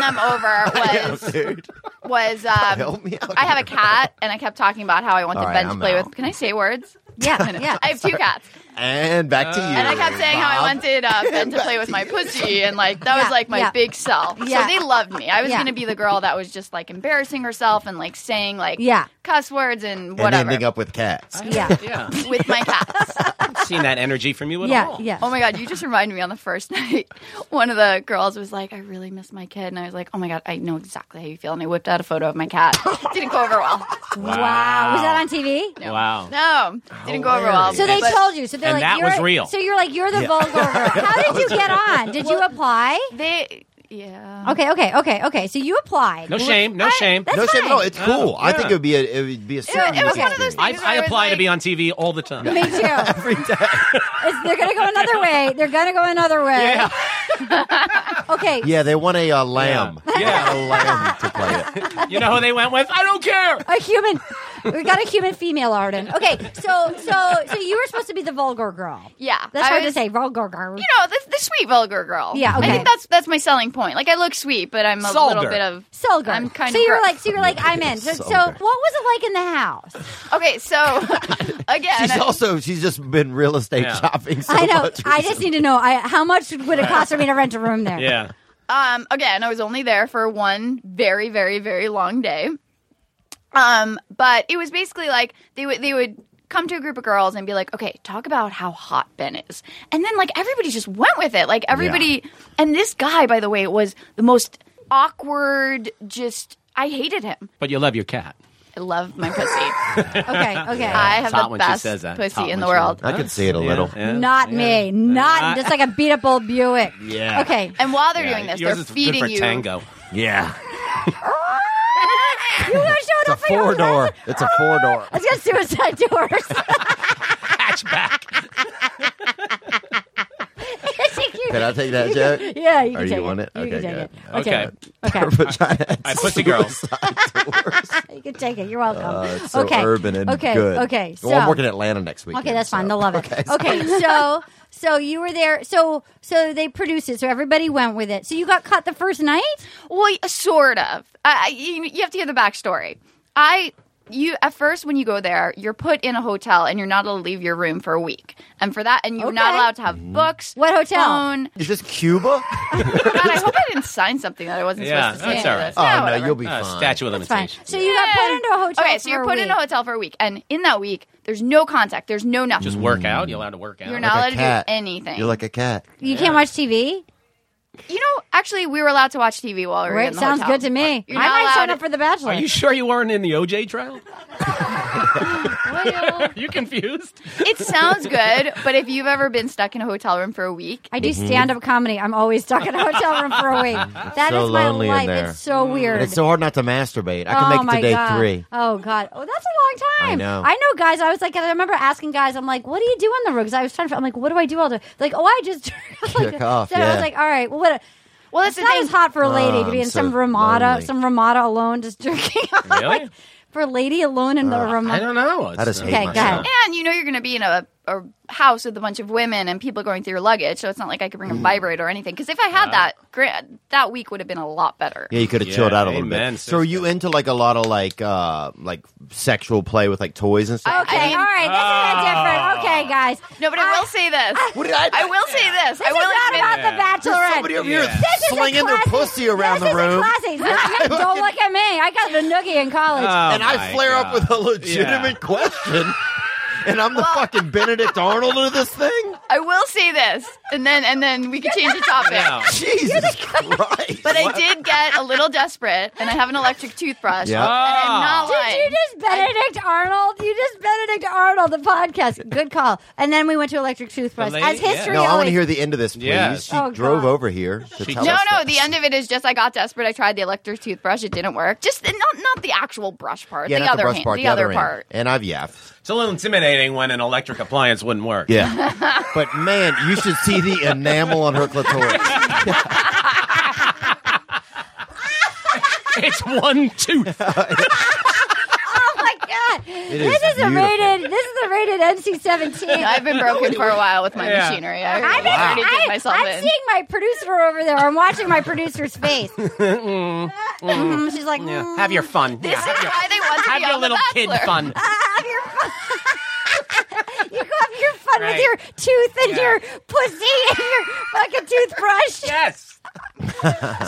Speaker 7: them over
Speaker 5: Dude,
Speaker 7: was was um,
Speaker 5: help me out.
Speaker 7: I have a cat, and I kept talking about how I want
Speaker 5: All
Speaker 7: the
Speaker 5: right,
Speaker 7: Ben to
Speaker 5: I'm
Speaker 7: play
Speaker 5: out.
Speaker 7: with. Can I say words?
Speaker 1: Yeah, yeah.
Speaker 7: I have two cats,
Speaker 5: And back to you.
Speaker 7: and I kept saying how I
Speaker 5: Bob.
Speaker 7: wanted uh, Ben to play with my pussy, and like that was
Speaker 1: Yeah,
Speaker 7: like my
Speaker 1: yeah.
Speaker 7: big self.
Speaker 1: Yeah.
Speaker 7: So they loved me. I was
Speaker 1: Yeah.
Speaker 7: gonna be the girl that was just like embarrassing herself and like saying like
Speaker 1: Yeah.
Speaker 7: cuss words and
Speaker 5: And
Speaker 7: whatever
Speaker 5: ending up with cats.
Speaker 1: Yeah.
Speaker 6: yeah,
Speaker 7: with my cats.
Speaker 6: I've seen that energy from you at
Speaker 1: yeah,
Speaker 6: all.
Speaker 1: yeah.
Speaker 7: Oh my god, you just reminded me on the first night. One of the girls was like, I really miss my kid. And I was like, oh my god, I know exactly how you feel. And I whipped out a photo of my cat. didn't go over well.
Speaker 1: Wow. Was that on TV?
Speaker 6: Wow.
Speaker 7: No, didn't go over well.
Speaker 1: So they
Speaker 7: But
Speaker 1: told you. So they're
Speaker 6: And
Speaker 1: like,
Speaker 6: that
Speaker 1: you're,
Speaker 6: was real.
Speaker 1: So you're like, you're the vulgar girl. How did you get on? Did you apply?
Speaker 7: They, yeah.
Speaker 1: Okay, okay, okay, okay. So you applied.
Speaker 6: No shame. No shame.
Speaker 1: that's
Speaker 5: no, shame.
Speaker 1: fine.
Speaker 5: no, it's cool. I think
Speaker 6: yeah.
Speaker 5: it would be a it would be a certain
Speaker 7: It was one of
Speaker 5: thing.
Speaker 7: those things.
Speaker 6: I,
Speaker 7: where
Speaker 6: I
Speaker 7: was
Speaker 6: apply to
Speaker 7: like-
Speaker 6: be on TV all the time.
Speaker 1: Me too. It's- they're gonna go another way. They're gonna go another way.
Speaker 6: Yeah.
Speaker 1: Okay.
Speaker 5: Yeah, they want a uh, lamb.
Speaker 6: Yeah.
Speaker 5: a lamb to play it.
Speaker 6: You know who they went with? I don't care.
Speaker 1: A human. We got a human female Arden. Okay. So so so you were supposed to be the vulgar girl.
Speaker 7: Yeah.
Speaker 1: That's
Speaker 7: I
Speaker 1: hard to
Speaker 7: was-
Speaker 1: say. Vulgar girl.
Speaker 7: You know, the, the sweet vulgar girl.
Speaker 1: Yeah, okay.
Speaker 7: I think that's that's my selling point. Like I look sweet, but I'm a
Speaker 6: Sulgar.
Speaker 7: little bit of
Speaker 1: Sulgar.
Speaker 7: I'm kind
Speaker 1: so
Speaker 7: of
Speaker 1: you were
Speaker 7: gruff.
Speaker 1: like, so you were like, I'm in. So, so what
Speaker 5: Sulgar.
Speaker 1: was it like in the house?
Speaker 7: okay. So again,
Speaker 5: She's
Speaker 7: I-
Speaker 5: also she's just been real estate
Speaker 6: Yeah.
Speaker 5: shopping. So
Speaker 1: I know.
Speaker 5: Much
Speaker 1: I just need to know. I, how much would it cost for me to rent a room there?
Speaker 6: Yeah.
Speaker 7: Um, again, I was only there for one very, very, very long day. Um, but it was basically like they would they would come to a group of girls and be like, "Okay, talk about how hot Ben is," and then like everybody just went with it. Like everybody, and this guy, by the way, was the most awkward. Just I hated him.
Speaker 6: But you love your cat.
Speaker 7: I love my pussy.
Speaker 1: Okay. Okay.
Speaker 7: I have
Speaker 6: It's hot
Speaker 7: the
Speaker 6: when she
Speaker 7: best
Speaker 6: says that. It's
Speaker 7: pussy
Speaker 6: hot
Speaker 7: in
Speaker 6: when
Speaker 7: the
Speaker 6: she-
Speaker 7: world.
Speaker 5: I could see it a little.
Speaker 6: Yeah.
Speaker 1: Not me. Not just like a beat up old Buick.
Speaker 5: Yeah.
Speaker 1: Okay.
Speaker 7: And while they're
Speaker 6: Yeah,
Speaker 7: doing this,
Speaker 6: yours
Speaker 7: they're
Speaker 6: is good
Speaker 7: feeding
Speaker 6: for
Speaker 7: you.
Speaker 6: Tango.
Speaker 5: Yeah.
Speaker 1: You are showing up
Speaker 5: It's a
Speaker 1: for your
Speaker 5: four
Speaker 1: own
Speaker 5: door. It's a four door.
Speaker 1: Let's get suicide doors.
Speaker 6: Hatchback.
Speaker 5: Can I take that joke?
Speaker 1: yeah, you can
Speaker 5: Are you
Speaker 1: take
Speaker 5: on it?
Speaker 1: You
Speaker 5: Okay,
Speaker 1: can take it.
Speaker 5: good.
Speaker 1: I'll take
Speaker 6: Okay.
Speaker 1: it. Okay.
Speaker 5: Vagina
Speaker 6: I pussy girls.
Speaker 1: you can take it. You're welcome.
Speaker 5: Uh, It's so
Speaker 1: okay.
Speaker 5: urban and
Speaker 1: okay.
Speaker 5: good.
Speaker 1: Okay. So
Speaker 5: Well, I'm working in Atlanta next week.
Speaker 1: Okay, that's fine.
Speaker 5: So.
Speaker 1: They'll love it. Okay, so so you were there. So so they produced it. So everybody went with it. So you got caught the first night.
Speaker 7: Well, y- sort of. I, I- you, you have to hear the backstory. I you at first when you go there, you're put in a hotel and you're not allowed to leave your room for a week. And for that, and you're not
Speaker 1: Okay.
Speaker 7: allowed to have books.
Speaker 1: What hotel?
Speaker 7: Phone.
Speaker 5: Is this Cuba?
Speaker 7: God, I hope I didn't sign something that I wasn't
Speaker 6: Yeah,
Speaker 7: supposed to
Speaker 6: that's
Speaker 7: sign.
Speaker 6: all right.
Speaker 5: Oh no,
Speaker 7: whatever.
Speaker 5: you'll be
Speaker 6: Uh,
Speaker 5: fine.
Speaker 6: statue of
Speaker 1: That's fine.
Speaker 6: limitations.
Speaker 1: So you got put into a hotel.
Speaker 7: Eh. Okay, so you're
Speaker 1: for
Speaker 7: put in a
Speaker 1: week.
Speaker 7: hotel for a week, and in that week, there's no contact. There's no nothing.
Speaker 6: Just work out. You're allowed to work out.
Speaker 7: You're
Speaker 5: Like
Speaker 7: not
Speaker 5: a
Speaker 7: allowed to
Speaker 5: cat.
Speaker 7: do anything.
Speaker 5: You're like a cat.
Speaker 1: You can't watch TV.
Speaker 7: you know, actually, we were allowed to watch TV while we were in
Speaker 1: Right?
Speaker 7: the
Speaker 1: Sounds
Speaker 7: hotel.
Speaker 1: good to me. I
Speaker 7: You're not
Speaker 1: might sign
Speaker 7: allowed-
Speaker 1: up for The Bachelor.
Speaker 6: Are you sure you weren't in the OJ trial?
Speaker 7: Well,
Speaker 6: Are you confused?
Speaker 7: it sounds good, but if you've ever been stuck in a hotel room for a week,
Speaker 1: I do stand up comedy. I'm always stuck in a hotel room for a week. That is
Speaker 5: So
Speaker 1: my
Speaker 5: lonely in
Speaker 1: life.
Speaker 5: there.
Speaker 1: It's so weird.
Speaker 5: And it's so hard not to masturbate. I
Speaker 1: oh
Speaker 5: can make it
Speaker 1: my
Speaker 5: to day
Speaker 1: god.
Speaker 5: three.
Speaker 1: Oh god. Oh, that's a long time.
Speaker 5: I know.
Speaker 1: guys. I was like, I remember asking guys. I'm like, what do you do on the road? Because I was trying to. I'm like, what do I do all day? Like, oh, I just like,
Speaker 5: Jerk off,
Speaker 1: So I was
Speaker 5: yeah.
Speaker 1: like, all right. Well, what?
Speaker 7: well,
Speaker 1: It's
Speaker 7: that's the
Speaker 1: not
Speaker 7: thing.
Speaker 1: as hot for a lady
Speaker 5: Oh,
Speaker 1: to be
Speaker 5: I'm
Speaker 1: in
Speaker 5: so
Speaker 1: some Ramada,
Speaker 5: lonely.
Speaker 1: some Ramada alone, just jerking off.
Speaker 6: Really?
Speaker 1: Like, for a lady alone
Speaker 5: Uh,
Speaker 1: in the
Speaker 6: I
Speaker 1: Ramada.
Speaker 6: don't know. It's-
Speaker 5: I just hate
Speaker 1: Okay, go
Speaker 5: myself.
Speaker 1: ahead.
Speaker 7: And you know you're going to be in a, a house with a bunch of women and people going through your luggage, so it's not like I could
Speaker 5: Mm.
Speaker 7: bring a vibrator or anything. Because if I had that, gra- that week would have been a lot better.
Speaker 5: Yeah, you could have
Speaker 6: Yeah,
Speaker 5: chilled out a little
Speaker 6: amen,
Speaker 5: bit. So, are
Speaker 6: sister.
Speaker 5: you into like a lot of like uh like sexual play with like toys and stuff?
Speaker 1: Okay,
Speaker 7: I mean-
Speaker 1: all right.
Speaker 5: Oh.
Speaker 1: This is a different. Okay, guys.
Speaker 7: No, but I, will say this.
Speaker 1: Oh,
Speaker 5: What did I?
Speaker 7: I will say this.
Speaker 1: This
Speaker 7: I will
Speaker 1: is
Speaker 7: admit
Speaker 1: not about the
Speaker 5: There's
Speaker 1: Bachelorette.
Speaker 5: somebody over
Speaker 6: Yeah.
Speaker 5: here
Speaker 1: This is a
Speaker 5: slinging their
Speaker 1: classic-
Speaker 5: pussy around
Speaker 1: this
Speaker 5: the room.
Speaker 1: Is a classic. It's not me. Don't look at me. I I got the noogie in college.
Speaker 6: Oh
Speaker 5: and I flare up with a legitimate question, and I'm the fucking Benedict Arnold of this thing.
Speaker 7: I will say this, and then and then we can change the topic.
Speaker 6: Yeah.
Speaker 5: Jesus Christ!
Speaker 7: But I did get a little desperate, and I have an electric toothbrush.
Speaker 5: Yeah. Ah.
Speaker 7: And I'm not
Speaker 1: Did
Speaker 7: lying.
Speaker 1: you just Benedict Arnold? You just Benedict Arnold, the podcast. Good call. And then we went to Electric Toothbrush.
Speaker 6: The
Speaker 1: As
Speaker 6: lady? Yeah.
Speaker 1: history
Speaker 5: no, I want
Speaker 1: always.
Speaker 5: to hear the end of this, please.
Speaker 6: Yes.
Speaker 5: She
Speaker 1: Oh,
Speaker 5: drove
Speaker 1: God.
Speaker 5: over here to tell
Speaker 7: no,
Speaker 5: us.
Speaker 7: no.
Speaker 5: that.
Speaker 7: The end of it is just I got desperate. I tried the electric toothbrush. It didn't work. Just not not the actual brush part.
Speaker 5: yeah,
Speaker 7: the
Speaker 5: not
Speaker 7: other
Speaker 5: the brush
Speaker 7: hand,
Speaker 5: part,
Speaker 7: the, other,
Speaker 5: end.
Speaker 7: part.
Speaker 5: And I've yaffed.
Speaker 6: It's a little intimidating when an electric appliance wouldn't work.
Speaker 5: Yeah, but man, you should see the enamel on her clitoris.
Speaker 6: it's one tooth.
Speaker 1: Oh my god! this
Speaker 5: is
Speaker 1: is a
Speaker 5: beautiful.
Speaker 1: rated. This is a rated NC seventeen.
Speaker 7: I've been broken for a while with my
Speaker 6: Yeah.
Speaker 7: machinery. I,
Speaker 1: I've been,
Speaker 7: already
Speaker 1: I,
Speaker 7: did myself
Speaker 1: I'm
Speaker 7: in.
Speaker 1: seeing my producer over there. I'm watching my producer's face.
Speaker 5: Mm-hmm.
Speaker 1: Mhm, She's like,
Speaker 6: Yeah.
Speaker 1: mm,
Speaker 6: Have your fun.
Speaker 7: this
Speaker 6: Yeah,
Speaker 7: is
Speaker 6: have your,
Speaker 7: why they want to
Speaker 6: have
Speaker 7: be
Speaker 6: your
Speaker 7: on The
Speaker 6: little kid
Speaker 7: Bachelor.
Speaker 6: fun.
Speaker 1: you go have your fun with
Speaker 6: Right.
Speaker 1: your tooth and
Speaker 6: Yeah.
Speaker 1: your pussy and your fucking toothbrush.
Speaker 6: Yes.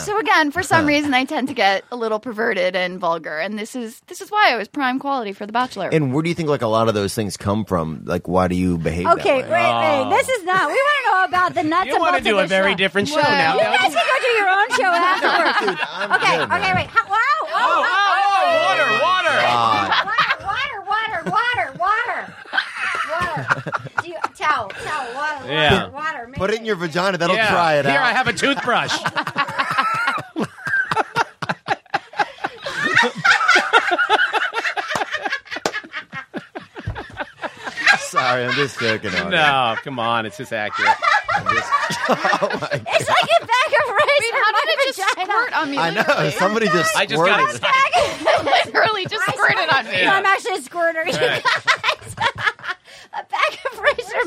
Speaker 7: So again, for some reason, I tend to get a little perverted and vulgar, and this is this is why I was prime quality for The Bachelor.
Speaker 5: And where do you think like a lot of those things come from? Like, why do you behave?
Speaker 1: Okay,
Speaker 5: that
Speaker 1: wait,
Speaker 5: way?
Speaker 1: wait. This is not. We want to know about the nuts
Speaker 6: You
Speaker 1: and
Speaker 6: want
Speaker 1: bolts
Speaker 6: to do
Speaker 1: of the
Speaker 6: a very
Speaker 1: show.
Speaker 6: different show
Speaker 7: Well,
Speaker 6: now.
Speaker 7: you
Speaker 1: You guys can go do your own show afterwards.
Speaker 5: I'm
Speaker 1: okay,
Speaker 5: good,
Speaker 1: okay,
Speaker 5: man.
Speaker 1: wait. How, wow.
Speaker 6: Oh, oh, water, water.
Speaker 5: God.
Speaker 1: Water, water, water, water, water. Do you, towel, towel, water,
Speaker 6: Yeah.
Speaker 1: water, water. Make
Speaker 5: Put it in your vagina. That'll
Speaker 6: Yeah.
Speaker 5: dry it
Speaker 6: Here
Speaker 5: out.
Speaker 6: I have a toothbrush.
Speaker 5: Sorry, I'm just joking. Oh, On it.
Speaker 6: no, come on, it's just accurate.
Speaker 5: Oh,
Speaker 1: It's like a bag of rice.
Speaker 7: How did it just
Speaker 1: vagina.
Speaker 7: squirt on me?
Speaker 5: I know.
Speaker 7: literally?
Speaker 5: Somebody just
Speaker 6: I just got
Speaker 5: squirted.
Speaker 6: excited.
Speaker 7: literally just
Speaker 1: I
Speaker 7: squirted
Speaker 1: swear-
Speaker 7: on me.
Speaker 1: No, I'm actually a squirter. You
Speaker 6: Right.
Speaker 1: guys, a bag of rice. Her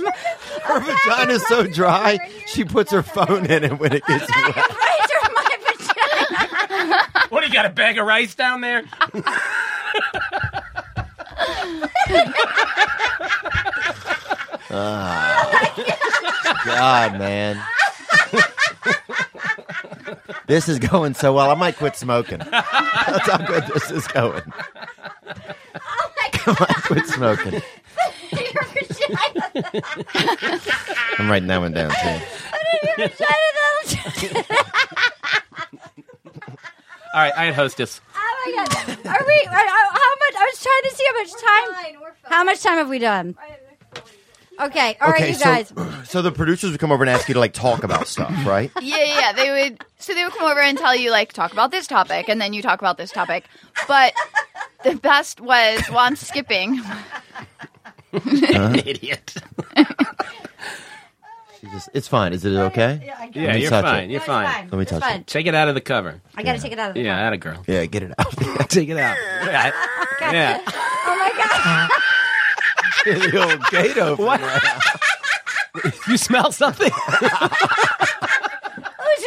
Speaker 5: Her vagina's so dry, she puts her phone in it when it gets
Speaker 1: Bag
Speaker 5: wet.
Speaker 1: of rice or my vagina.
Speaker 6: What do you got? A bag of rice down there?
Speaker 5: God, man. this is going so well. I might quit smoking. That's how good this is going.
Speaker 1: Oh my
Speaker 5: I might quit smoking.
Speaker 1: god, your vagina.
Speaker 5: I'm writing that one down too.
Speaker 1: Your vagina.
Speaker 6: All right, I had hostess.
Speaker 1: Oh my god. Are we? Are, are- how much? I was trying to see how much time. How much time have we done? Okay. All right,
Speaker 5: okay,
Speaker 1: you guys.
Speaker 5: so so the producers would come over and ask you to like talk about stuff, right?
Speaker 7: Yeah, yeah, yeah. They would. So they would come over and tell you, like, talk about this topic, and then you talk about this topic. But the best was, well, I'm skipping.
Speaker 6: Idiot.
Speaker 5: She just- it's fine. Is it okay?
Speaker 6: Yeah,
Speaker 5: me
Speaker 6: you're
Speaker 5: touch
Speaker 6: fine.
Speaker 5: it.
Speaker 6: You're
Speaker 1: It's
Speaker 6: fine.
Speaker 5: Let me
Speaker 1: It's
Speaker 5: touch
Speaker 1: fine.
Speaker 6: Take it out of the cover.
Speaker 1: I gotta take it out of the.
Speaker 6: Yeah, that a girl.
Speaker 5: Yeah, get it out.
Speaker 6: Take it out. Yeah. yeah.
Speaker 1: Oh my god.
Speaker 5: the old gate open.
Speaker 6: You smell something?
Speaker 1: Who's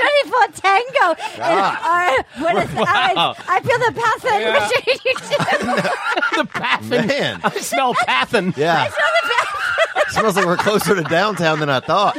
Speaker 1: ready for tango? And, uh, what is,
Speaker 6: Ah. Wow.
Speaker 1: I, I feel the pathfinder
Speaker 6: Yeah.
Speaker 1: between you two.
Speaker 6: the pathin.
Speaker 5: Man.
Speaker 6: I smell pathin.
Speaker 5: Yeah. smells like we're closer to downtown than I thought.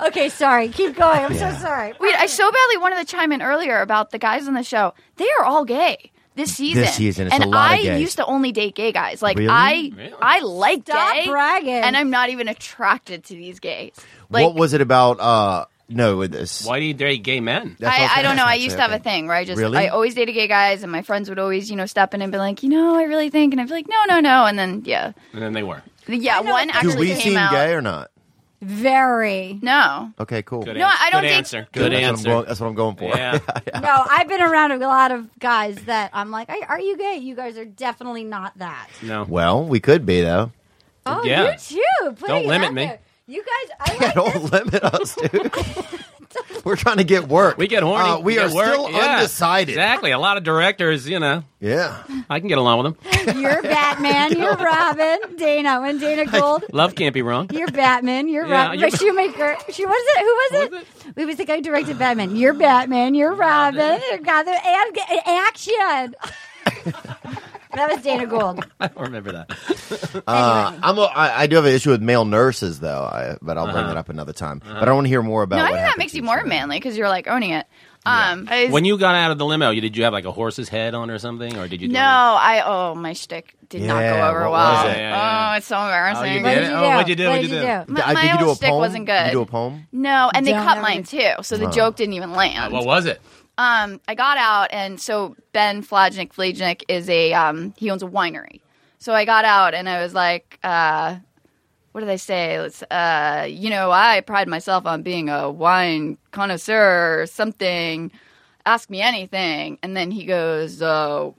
Speaker 1: Okay, sorry. Keep going. I'm so sorry.
Speaker 7: Wait, I so badly wanted to chime in earlier about the guys on the show. They are all gay this season.
Speaker 5: This season, it's
Speaker 7: and
Speaker 5: a lot
Speaker 7: I
Speaker 5: of gays.
Speaker 7: used to only date gay guys. Like
Speaker 5: Really?
Speaker 7: I,
Speaker 6: Really?
Speaker 7: I like
Speaker 1: Stop
Speaker 7: gay,
Speaker 1: bragging.
Speaker 7: and I'm not even attracted to these gays. Like
Speaker 5: what was it about? Uh, no, with this.
Speaker 6: Why do you date gay men?
Speaker 5: That's what was
Speaker 7: I, I
Speaker 5: gonna
Speaker 7: don't know. I
Speaker 5: ask,
Speaker 7: used to have a
Speaker 5: okay.
Speaker 7: thing where I just
Speaker 5: Really?
Speaker 7: I always dated gay guys, and my friends would always you know step in and be like, you know, I really think, and I'd be like, no, no, no, and then yeah,
Speaker 6: And then they were.
Speaker 7: yeah, one
Speaker 1: it's-
Speaker 7: actually
Speaker 5: Do we
Speaker 7: came
Speaker 5: seem
Speaker 7: out.
Speaker 5: gay or not?
Speaker 1: Very.
Speaker 7: No,
Speaker 5: Okay, cool.
Speaker 6: Good
Speaker 7: No,
Speaker 6: ans-
Speaker 7: I don't
Speaker 6: Good
Speaker 7: think-
Speaker 6: answer. Good
Speaker 5: that's What I'm going,
Speaker 6: answer.
Speaker 5: that's what I'm going for.
Speaker 6: Yeah.
Speaker 1: No, I've been around a lot of guys that I'm like, are, are you gay? You guys are definitely not that.
Speaker 6: No.
Speaker 5: Well, we could be though.
Speaker 1: Oh,
Speaker 6: Yeah.
Speaker 1: you too. Putting
Speaker 6: Don't
Speaker 1: it
Speaker 6: limit
Speaker 1: out
Speaker 6: me.
Speaker 1: there. You guys, I like this.
Speaker 5: don't limit us, dude. We're trying to get work.
Speaker 6: We get horny.
Speaker 5: Uh, we,
Speaker 6: get
Speaker 5: are
Speaker 6: work.
Speaker 5: still
Speaker 6: Yeah.
Speaker 5: undecided.
Speaker 6: Exactly. A lot of directors, you know,
Speaker 5: Yeah.
Speaker 6: I can get along with them.
Speaker 1: You're Batman. You're Robin. Dana. When Dana Gold.
Speaker 6: Love can't be wrong.
Speaker 1: You're Batman. You're
Speaker 6: Yeah,
Speaker 1: Robin.
Speaker 6: you're-
Speaker 1: But Shoemaker. She was it. Who was it?
Speaker 6: Who was
Speaker 1: it? was the guy who directed Batman. You're Batman. You're Robin. You Got the and, action. that was Dana Gold.
Speaker 6: I don't remember that.
Speaker 5: Uh, I'm a, I, I do have an issue with male nurses
Speaker 6: Uh-huh.
Speaker 5: though, I, but I'll bring that up another time. But I want to hear more about.
Speaker 7: no, I
Speaker 5: Oh, what
Speaker 7: think that
Speaker 5: happened
Speaker 7: makes
Speaker 5: to
Speaker 7: you more
Speaker 5: today.
Speaker 7: manly because you're like owning it. Um, I was-
Speaker 6: When you got out of the limo, you, did you have like a horse's head on or something, or did you? do
Speaker 7: no, I oh my shtick did not
Speaker 5: Yeah,
Speaker 7: go over
Speaker 5: what
Speaker 7: well.
Speaker 5: was
Speaker 6: it? Yeah, yeah, yeah.
Speaker 7: Oh, it's so
Speaker 6: anything?
Speaker 7: embarrassing.
Speaker 1: did?
Speaker 6: it?
Speaker 1: you
Speaker 6: Oh,
Speaker 1: do?
Speaker 6: what'd you do?
Speaker 1: What
Speaker 6: What'd
Speaker 1: did
Speaker 6: you
Speaker 1: you
Speaker 6: do?
Speaker 1: do?
Speaker 7: my
Speaker 5: I-
Speaker 7: my
Speaker 5: did you do
Speaker 7: whole
Speaker 5: a
Speaker 7: stick
Speaker 5: poem?
Speaker 7: wasn't
Speaker 5: Did
Speaker 7: good.
Speaker 5: you do a poem?
Speaker 7: No, and they
Speaker 1: Don't
Speaker 7: cut
Speaker 1: ever
Speaker 7: mine
Speaker 1: do-
Speaker 7: too, so the joke didn't even land.
Speaker 6: Uh, What was it?
Speaker 7: um, I got out, and so Ben Flajnik Flajnik is a um, he owns a winery. So I got out, and I was like, uh, what did I say? Let's, uh, you know, I pride myself on being a wine connoisseur or something. Ask me anything, and then he goes, uh,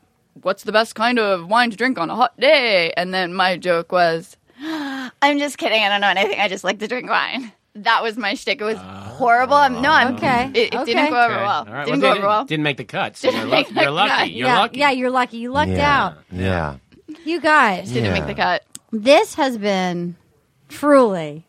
Speaker 7: "What's the best kind of wine to drink on a hot day?" And then my joke was, "I'm just kidding. I don't know anything. I just like to drink wine." That was my shtick. It was horrible. I'm, no, I'm
Speaker 1: Okay.
Speaker 7: It, it didn't
Speaker 1: Okay.
Speaker 7: go over
Speaker 6: Okay.
Speaker 7: well.
Speaker 6: All right.
Speaker 7: Didn't
Speaker 6: Well,
Speaker 7: go
Speaker 6: they
Speaker 7: over well.
Speaker 6: Didn't make the cut. So you're, lucky.
Speaker 7: make
Speaker 6: you're
Speaker 7: the
Speaker 6: lucky.
Speaker 7: cut.
Speaker 6: You're
Speaker 1: yeah,
Speaker 6: lucky.
Speaker 1: yeah, you're lucky. You lucked
Speaker 5: yeah.
Speaker 1: out.
Speaker 5: Yeah.
Speaker 1: You guys,
Speaker 7: Didn't
Speaker 5: Yeah.
Speaker 7: make the cut.
Speaker 1: this has been truly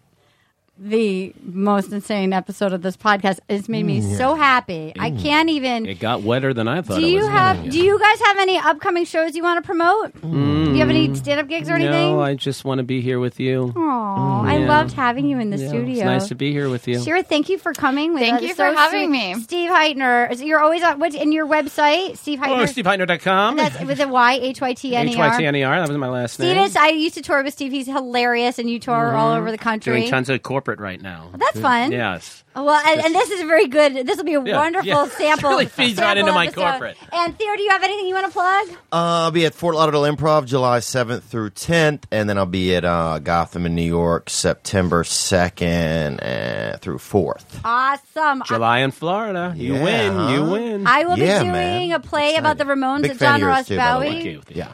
Speaker 1: the most insane episode of this podcast. It's made me so happy. I can't even.
Speaker 6: Mm, It got wetter than I thought.
Speaker 1: do
Speaker 6: it
Speaker 1: you
Speaker 6: was
Speaker 1: have?
Speaker 6: gonna. Mm.
Speaker 1: Do you guys have any upcoming shows you want to promote? Do you have any stand-up gigs or anything?
Speaker 6: No, I just want to be here with you.
Speaker 1: Aw, I
Speaker 6: Yeah.
Speaker 1: loved having you in the
Speaker 6: Yeah,
Speaker 1: studio.
Speaker 6: It's nice to be here with you.
Speaker 1: Sure, thank you for coming. We-
Speaker 7: Thank
Speaker 1: that
Speaker 7: you
Speaker 1: is
Speaker 7: for
Speaker 1: so
Speaker 7: having
Speaker 1: sweet.
Speaker 7: me.
Speaker 1: Steve Heitner. Is- You're always on. What's in your website, Steve
Speaker 6: Oh,
Speaker 1: Heitner?
Speaker 6: steveheitner.com.
Speaker 1: That's with a Y H Y T N E R.
Speaker 6: H-Y-T-N-E-R. That was my last
Speaker 1: Steve
Speaker 6: name.
Speaker 1: is. I used to tour with Steve. He's hilarious, and you tour all over the country.
Speaker 6: Mm-hmm. Doing tons of corporate right now.
Speaker 1: That's fun. Oh,
Speaker 6: Yes.
Speaker 1: Well, and, and this is very good. This will be a
Speaker 6: Yeah,
Speaker 1: wonderful
Speaker 6: yeah.
Speaker 1: sample.
Speaker 6: It really feeds right
Speaker 1: sample
Speaker 6: into my
Speaker 1: episode.
Speaker 6: corporate.
Speaker 1: And Theo, do you have anything you want to plug?
Speaker 5: Uh, I'll be at Fort Lauderdale Improv July 7th through 10th, and then I'll be at uh, Gotham in New York September 2nd and through 4th.
Speaker 1: Awesome.
Speaker 6: July in Florida. You
Speaker 5: Yeah,
Speaker 6: win. You
Speaker 5: huh?
Speaker 6: win.
Speaker 1: I, I will
Speaker 5: Yeah,
Speaker 1: be doing
Speaker 5: man.
Speaker 1: a play about the Ramones
Speaker 5: Big
Speaker 1: at
Speaker 5: fan
Speaker 1: John
Speaker 5: of yours,
Speaker 1: Ross
Speaker 5: too, by the way.
Speaker 1: Bowie.
Speaker 6: Thank you.
Speaker 5: Yeah.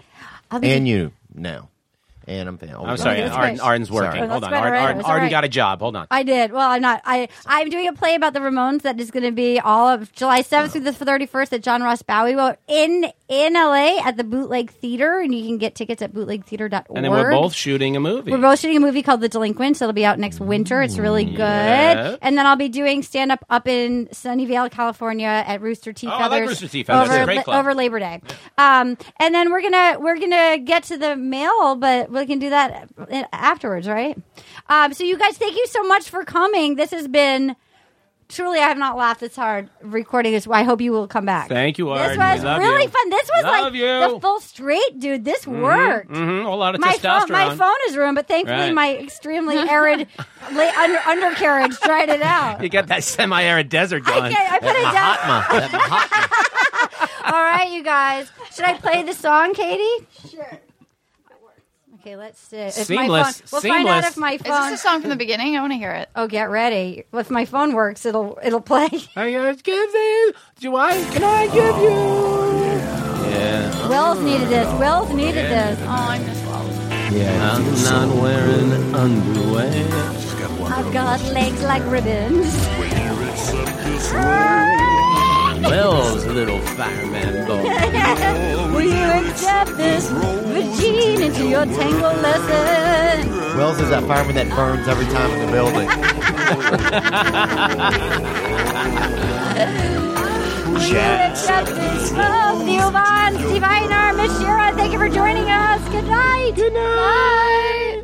Speaker 1: I'll be
Speaker 5: And you now. And I'm, oh,
Speaker 6: I'm sorry.
Speaker 1: that's
Speaker 6: Arden,
Speaker 1: great.
Speaker 6: Arden's working.
Speaker 5: Sorry.
Speaker 1: Oh,
Speaker 6: Hold
Speaker 1: that's
Speaker 6: on.
Speaker 1: right, all
Speaker 6: Arden,
Speaker 1: right,
Speaker 6: Arden,
Speaker 1: that's all
Speaker 6: Arden
Speaker 1: right.
Speaker 6: got a job. Hold on.
Speaker 1: I did. Well, I'm not. I I'm doing a play about the Ramones that is going to be all of July
Speaker 5: Oh.
Speaker 1: 7th through the 31st at John Ross Bowie Well, in in LA at the Bootleg Theater, and you can get tickets at bootlegtheater.org.
Speaker 6: and then we're both shooting a movie.
Speaker 1: We're both shooting a movie called The Delinquents. It'll be out next winter. It's really good.
Speaker 6: Mm, yeah.
Speaker 1: And then I'll be doing stand up up in Sunnyvale, California at Rooster Teeth.
Speaker 6: Oh, I like Rooster Teeth Feathers. That's
Speaker 1: Over,
Speaker 6: a great
Speaker 1: la-
Speaker 6: club.
Speaker 1: over Labor Day. Um, and then we're gonna we're gonna get to the mail, but we can do that a- afterwards, right? Um, so you guys, thank you so much for coming. This has been truly I have not laughed this hard recording this. I hope you will come back.
Speaker 6: Thank you, Arden.
Speaker 1: This was
Speaker 6: Love
Speaker 1: really
Speaker 6: you.
Speaker 1: fun. This was
Speaker 6: Love
Speaker 1: like
Speaker 6: you.
Speaker 1: the full straight, dude. This worked
Speaker 6: hmm a lot of
Speaker 1: my
Speaker 6: testosterone.
Speaker 1: phone, my phone is ruined, but thankfully
Speaker 6: Right.
Speaker 1: my extremely arid la- under, undercarriage dried it out.
Speaker 6: You got that semi-arid desert
Speaker 1: I,
Speaker 6: going.
Speaker 1: can't, I put it down. All right, you guys. Should I play the song, Katie? Sure. Okay, let's see. If My
Speaker 6: Seamless.
Speaker 1: phone, we'll find out
Speaker 6: Seamless.
Speaker 1: if my
Speaker 7: Is
Speaker 1: phone.
Speaker 7: this a song from the beginning? I want to hear it.
Speaker 1: oh, get ready. If my phone works, it'll it'll play.
Speaker 6: I gotta give you. Do I? Can I give you? Yeah.
Speaker 1: Will's needed this. Will's needed this.
Speaker 7: Oh, I miss Wallace.
Speaker 5: Yeah.
Speaker 6: I'm not wearing underwear.
Speaker 3: Just got one
Speaker 1: I've got legs like ribbons.
Speaker 6: Wells, little fireman boy.
Speaker 1: Will you accept this virginity to your tango lesson?
Speaker 5: Wells is that fireman that burns every time in the building.
Speaker 1: Yes. Theo Vaughn, Steve Einar, Miss Shira, thank you for joining us. Good night. Good night.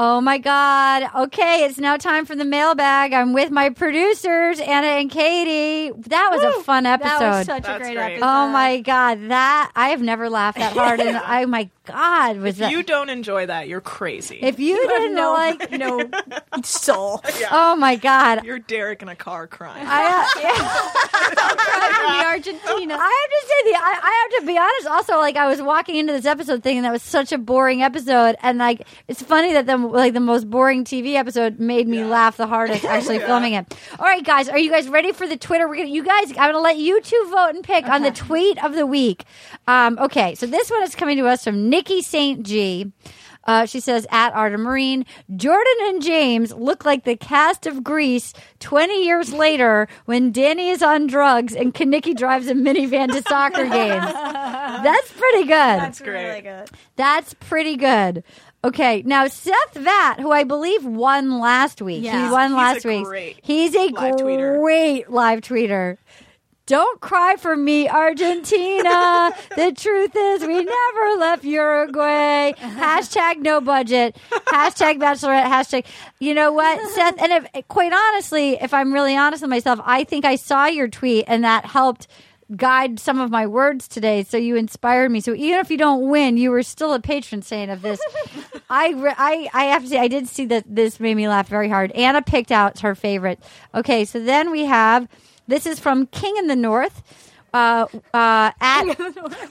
Speaker 1: Oh my God. Okay, it's now time for the mailbag. I'm with my producers, Anna and Katie. That was a fun episode.
Speaker 8: That was such a great, episode.
Speaker 1: oh my God. That, I have never laughed that hard. And oh my God, was that.
Speaker 8: You don't enjoy that. You're crazy.
Speaker 1: if you,
Speaker 8: have
Speaker 1: didn't
Speaker 8: no-
Speaker 1: like.
Speaker 8: no soul.
Speaker 1: Oh my God.
Speaker 8: You're Derek in a car crying.
Speaker 1: I, Argentina. I have to say the I, I have to be honest. Also, like I was walking into this episode thinking that was such a boring episode, and like it's funny that the like the most boring TV episode made me laugh the hardest actually filming it. All right, guys, are you guys ready for the Twitter? We're gonna you guys. I'm gonna let you two vote and pick on the tweet of the week. Um, okay, so this one is coming to us from Nikki St. G. Uh, she says at Arta Marine, Jordan and James look like the cast of Grease 20 years later when Danny is on drugs and Kanicki drives a minivan to soccer games. That's pretty good. That's,
Speaker 8: great.
Speaker 1: pretty good. Okay, now Seth Vatt, who I believe won last week,
Speaker 8: Yeah.
Speaker 1: he won
Speaker 8: He's
Speaker 1: last
Speaker 8: a
Speaker 1: week.
Speaker 8: great
Speaker 1: He's a
Speaker 8: live tweeter.
Speaker 1: great live tweeter. Don't cry for me, Argentina. the truth is, we never left Uruguay. Hashtag no budget. Hashtag bachelorette. Hashtag, you know what, Seth? And if, quite honestly, if I'm really honest with myself, I think I saw your tweet and that helped guide some of my words today. So you inspired me. So even if you don't win, you were still a patron saint of this. I, re- I, I have to say, I did see that this made me laugh very hard. Anna picked out her favorite. Okay, so then we have this is from King in the North. Uh, uh, at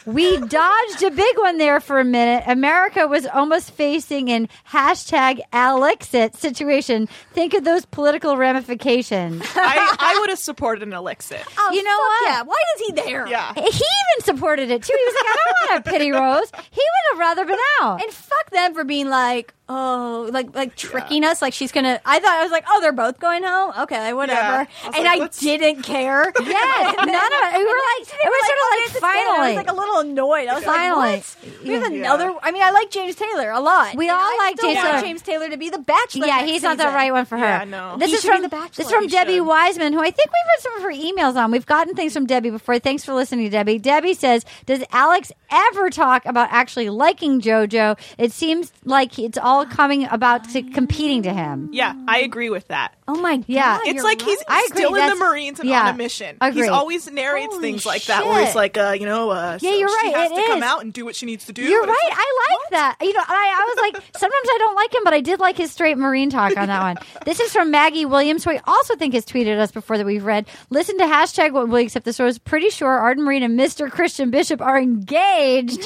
Speaker 1: we dodged a big one there for a minute. America was almost facing an hashtag Alexit situation. Think of those political ramifications.
Speaker 8: I, I would have supported an elixir.
Speaker 1: you know what?
Speaker 9: Oh, Yeah, why is he there?
Speaker 8: Yeah.
Speaker 1: He even supported it too. He was like, I don't want a pity rose. He would have rather been out.
Speaker 9: And fuck them for being like, oh, like like tricking us. Like she's gonna. I thought I was like, oh, they're both going home. Okay,
Speaker 8: Yeah.
Speaker 9: whatever.
Speaker 8: I was
Speaker 9: and
Speaker 8: like,
Speaker 9: I
Speaker 8: what's-
Speaker 9: didn't care.
Speaker 1: yes, none of it. We were like, it was sort of like
Speaker 9: I
Speaker 1: finally.
Speaker 9: was like "Oh, a little annoyed. I was
Speaker 1: Finally.
Speaker 9: like, what? We have
Speaker 1: Yeah.
Speaker 9: another. I mean, I like James Taylor a lot.
Speaker 1: We
Speaker 9: And
Speaker 1: all
Speaker 9: I
Speaker 1: like
Speaker 9: still
Speaker 1: James
Speaker 9: want
Speaker 1: Taylor.
Speaker 9: James Taylor to be the Bachelor.
Speaker 1: yeah,
Speaker 9: next
Speaker 1: he's not the
Speaker 9: season.
Speaker 1: right one for her.
Speaker 8: Yeah, no.
Speaker 1: This
Speaker 9: He
Speaker 1: is
Speaker 9: should be
Speaker 1: from
Speaker 9: the Bachelor.
Speaker 1: This is from
Speaker 9: He
Speaker 1: Debbie
Speaker 8: should.
Speaker 1: Wiseman, who I think we've read some of her emails on. We've gotten things from Debbie before. Thanks for listening, Debbie. Debbie says, "Does Alex ever talk about actually liking JoJo? It seems like it's all coming about to competing to him."
Speaker 8: Yeah, I agree with that.
Speaker 9: Oh my god.
Speaker 1: Yeah.
Speaker 8: It's
Speaker 9: you're
Speaker 8: like
Speaker 9: right.
Speaker 8: he's
Speaker 1: I agree,
Speaker 8: still in the
Speaker 1: that's-
Speaker 8: Marines and
Speaker 1: yeah,
Speaker 8: on a mission.
Speaker 1: agree.
Speaker 8: He always narrates
Speaker 1: Holy
Speaker 8: things like that, where he's
Speaker 1: shit.
Speaker 8: like, uh, you know, uh,
Speaker 1: Yeah,
Speaker 8: so
Speaker 1: you're
Speaker 8: She
Speaker 1: right,
Speaker 8: has
Speaker 1: it
Speaker 8: to come
Speaker 1: is.
Speaker 8: out and do what she needs to do.
Speaker 1: You're
Speaker 8: but it's
Speaker 1: right. I like that. You know, I, I was like, sometimes I don't like him, but I did like his straight Marine talk on that one. This is from Maggie Williams, who I also think has tweeted us before that we've read. Listen to hashtag what will accept the source. Pretty sure Arden Marine and Mr. Christian Bishop are engaged, and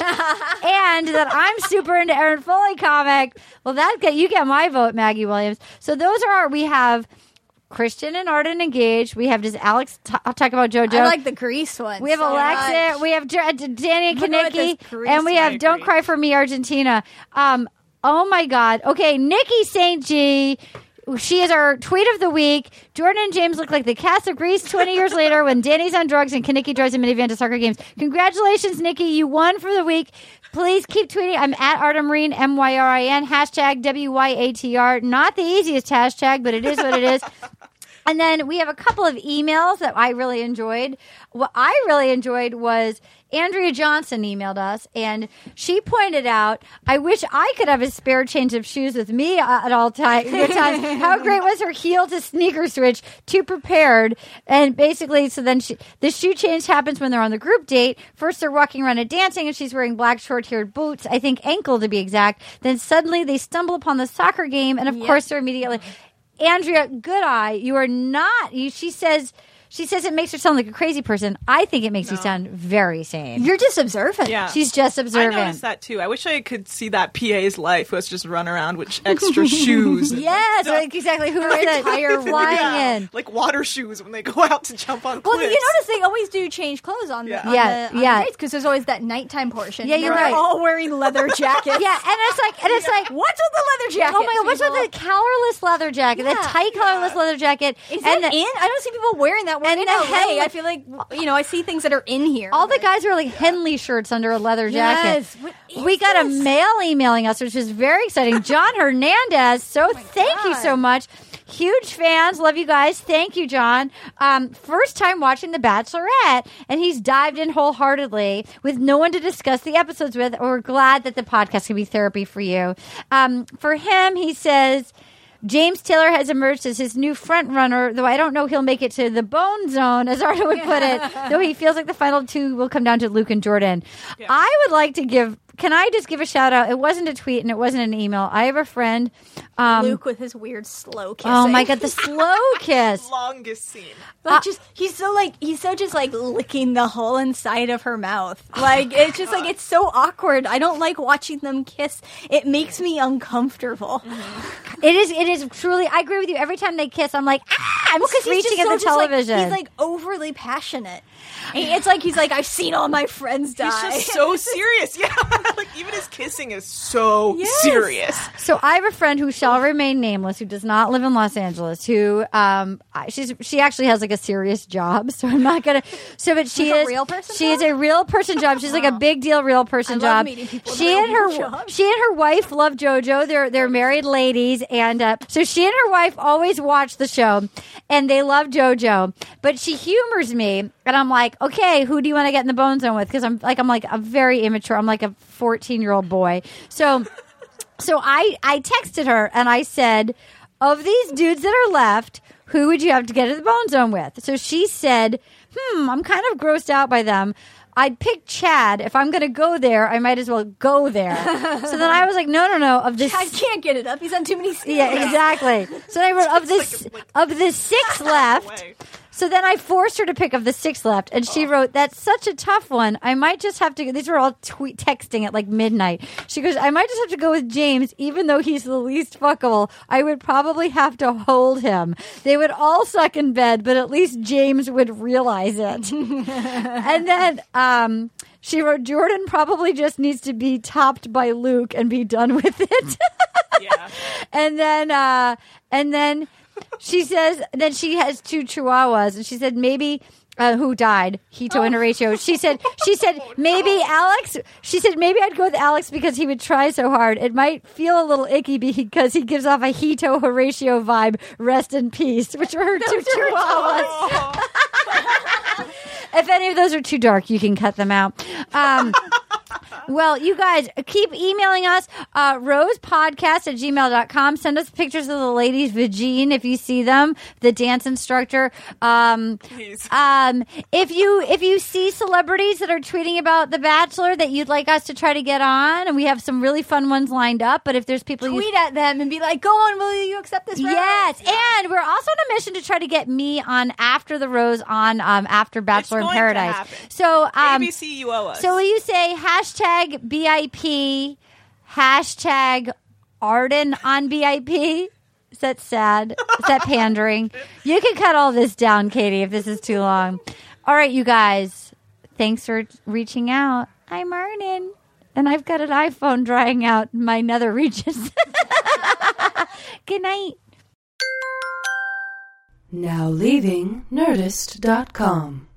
Speaker 1: that I'm super into Aaron Foley comic. Well, that get you get my vote, Maggie Williams. So those are our we have. Christian and Arden engaged. We have just Alex t- I'll talk about JoJo.
Speaker 9: I like the Grease one.
Speaker 1: We have
Speaker 9: so
Speaker 1: Alexa.
Speaker 9: much.
Speaker 1: We have Dr- D- Danny
Speaker 9: Look at this
Speaker 1: Kaneki.
Speaker 9: Greece,
Speaker 1: And we
Speaker 8: I
Speaker 1: have Don't
Speaker 8: agree.
Speaker 1: Cry for Me Argentina. Um, oh my God. Okay, Nikki St. G. She is our tweet of the week. Jordan and James look like the cast of Greece 20 years later when Danny's on drugs and Kaneki drives a minivan to soccer games. Congratulations, Nikki. You won for the week. Please keep tweeting. I'm at Artemarine, M Y R I N, hashtag W Y A T R. Not the easiest hashtag, but it is what it is. And then we have a couple of emails that I really enjoyed. What I really enjoyed was Andrea Johnson emailed us, and she pointed out, "I wish I could have a spare change of shoes with me uh, at all time, good times. How great was her heel to sneaker switch? Too prepared, and basically, so then she, the shoe change happens when they're on the group date. First, they're walking around and dancing, and she's wearing black short-haired boots, I think ankle to be exact. Then suddenly, they stumble upon the soccer game, and of course, they're immediately." Andrea, good eye. You are not. You, she says. She says it makes her sound like a crazy person. I think it makes you sound very sane.
Speaker 9: You're just observant.
Speaker 8: Yeah.
Speaker 1: She's just
Speaker 8: I noticed
Speaker 1: observant.
Speaker 8: that too. I wish I could see that PA's life was just run around with extra shoes. and
Speaker 1: Yes,
Speaker 8: stuff.
Speaker 1: like exactly. Who is that tire flying
Speaker 8: Yeah,
Speaker 1: in?
Speaker 8: like water shoes when they go out to jump on
Speaker 9: Well,
Speaker 8: cliffs.
Speaker 9: you notice they always do change clothes on
Speaker 8: Yeah.
Speaker 9: the on
Speaker 1: Yeah,
Speaker 9: the, on
Speaker 1: yeah.
Speaker 9: because there's always that nighttime portion.
Speaker 1: Yeah, you're
Speaker 9: They're
Speaker 1: right.
Speaker 9: All wearing leather jackets.
Speaker 1: Yeah, and it's like, and it's like,
Speaker 9: What's with the leather jacket?
Speaker 1: oh my god, what's with the collarless leather jacket? the
Speaker 9: Yeah,
Speaker 1: tight collarless leather jacket.
Speaker 9: Is
Speaker 1: and
Speaker 9: that
Speaker 1: the-
Speaker 9: in? I don't see people wearing that. We're
Speaker 1: and
Speaker 9: in
Speaker 1: the
Speaker 9: LA.
Speaker 1: head-
Speaker 9: I feel like you know I see things that are in here.
Speaker 1: All the
Speaker 9: but-
Speaker 1: guys wear like Henley shirts under a leather jacket.
Speaker 9: Yes. What is
Speaker 1: we got
Speaker 9: this?
Speaker 1: a mail emailing us, which is very exciting. John Hernandez. So thank you so
Speaker 9: Oh God.
Speaker 1: much. Huge fans. Love you guys. Thank you, John. Um, first time watching The Bachelorette, and he's dived in wholeheartedly with no one to discuss the episodes with. We're glad that the podcast can be therapy for you. Um, for him, he says, James Taylor has emerged as his new front runner, though I don't know he'll make it to the bone zone, as Arda would put it. though he feels like the final two will come down to Luke and Jordan. I would like to give. Can I just give a shout out? It wasn't a tweet and it wasn't an email. I have a friend. Um,
Speaker 9: Luke with his weird slow kissing.
Speaker 1: oh my god, the uh, slow kiss.
Speaker 8: longest scene.
Speaker 9: Like just he's so like he's so just like licking the whole inside of her mouth.
Speaker 1: Oh
Speaker 9: Like it's just like it's so awkward. I don't like watching them kiss. It makes me uncomfortable.
Speaker 1: Mm-hmm. It is. It is truly. I agree with you. Every time they kiss, I'm like, ah, I'm
Speaker 9: Because he's
Speaker 1: screeching
Speaker 9: just
Speaker 1: at
Speaker 9: so
Speaker 1: the
Speaker 9: just, like-
Speaker 1: television.
Speaker 9: he's like overly passionate. And It's like he's like I've seen all my friends die.
Speaker 8: It's just so serious. Yeah. like even his kissing is so
Speaker 9: Yes.
Speaker 8: serious.
Speaker 1: So I have a friend who shall remain nameless, who does not live in Los Angeles. Who um, I- she's she actually has like a serious job, so I'm not gonna. So, but she
Speaker 9: A
Speaker 1: is
Speaker 9: real person
Speaker 1: She is
Speaker 9: job?
Speaker 1: a real person job. She's like a big deal real person
Speaker 9: I
Speaker 1: job.
Speaker 9: love meeting people with
Speaker 1: She
Speaker 9: real
Speaker 1: and her
Speaker 9: people jobs.
Speaker 1: she and her wife love JoJo. They're they're married ladies, and uh, so she and her wife always watch the show, and they love JoJo. But she humors me, and I'm like, okay, who do you want to get in the bone zone with? Because I'm like I'm like a very immature. I'm like a 14 year old boy. So. So I, I texted her and I said, of these dudes that are left, who would you have to get to the bone zone with? So she said, hmm, I'm kind of grossed out by them. I'd pick Chad. If I'm going to go there, I might as well go there. so then I was like, no, no, no. Of this,
Speaker 9: I can't get it up. He's on too many scenes.
Speaker 1: yeah, exactly. So then I wrote of this of the six left.
Speaker 8: Way.
Speaker 1: So then I forced her to pick of the six left, and she wrote, "That's such a tough one. I might just have to." These were all tweet texting at like midnight. She goes, "I might just have to go with James, even though he's the least fuckable. I would probably have to hold him. They would all suck in bed, but at least James would realize it." and then um, she wrote, "Jordan probably just needs to be topped by Luke and be done with it."
Speaker 8: Yeah.
Speaker 1: and then uh and then she says then she has two chihuahuas and she said maybe uh, who died hito and horatio she said she said maybe alex she said maybe i'd go with alex because he would try so hard it might feel a little icky because he gives off a hito horatio vibe rest in peace which were her two chihuahuas if any of those are too dark you can cut them out um Well, you guys keep emailing us, uh, rosepodcast at gmail.com. Send us pictures of the ladies' vagine if you see them, the dance instructor. Um,
Speaker 8: Please.
Speaker 1: um, if you if you see celebrities that are tweeting about The Bachelor that you'd like us to try to get on, and we have some really fun ones lined up, but if there's people you
Speaker 9: Tweet at them and be like, "Go on, will you accept this?" round?"
Speaker 1: Yes, and we're also on a mission to try to get me on after the rose on um, after Bachelor in
Speaker 8: going to
Speaker 1: Paradise.
Speaker 8: happen.
Speaker 1: So um,
Speaker 8: ABC, you owe us.
Speaker 1: so will you say hashtag BIP, hashtag Arden on BIP? Is that sad? Is that pandering? You can cut all this down, Katie, if this is too long. All right, you guys. Thanks for reaching out. I'm Arden, and I've got an iPhone drying out my nether regions. Good night.
Speaker 2: Now leaving Nerdist.com.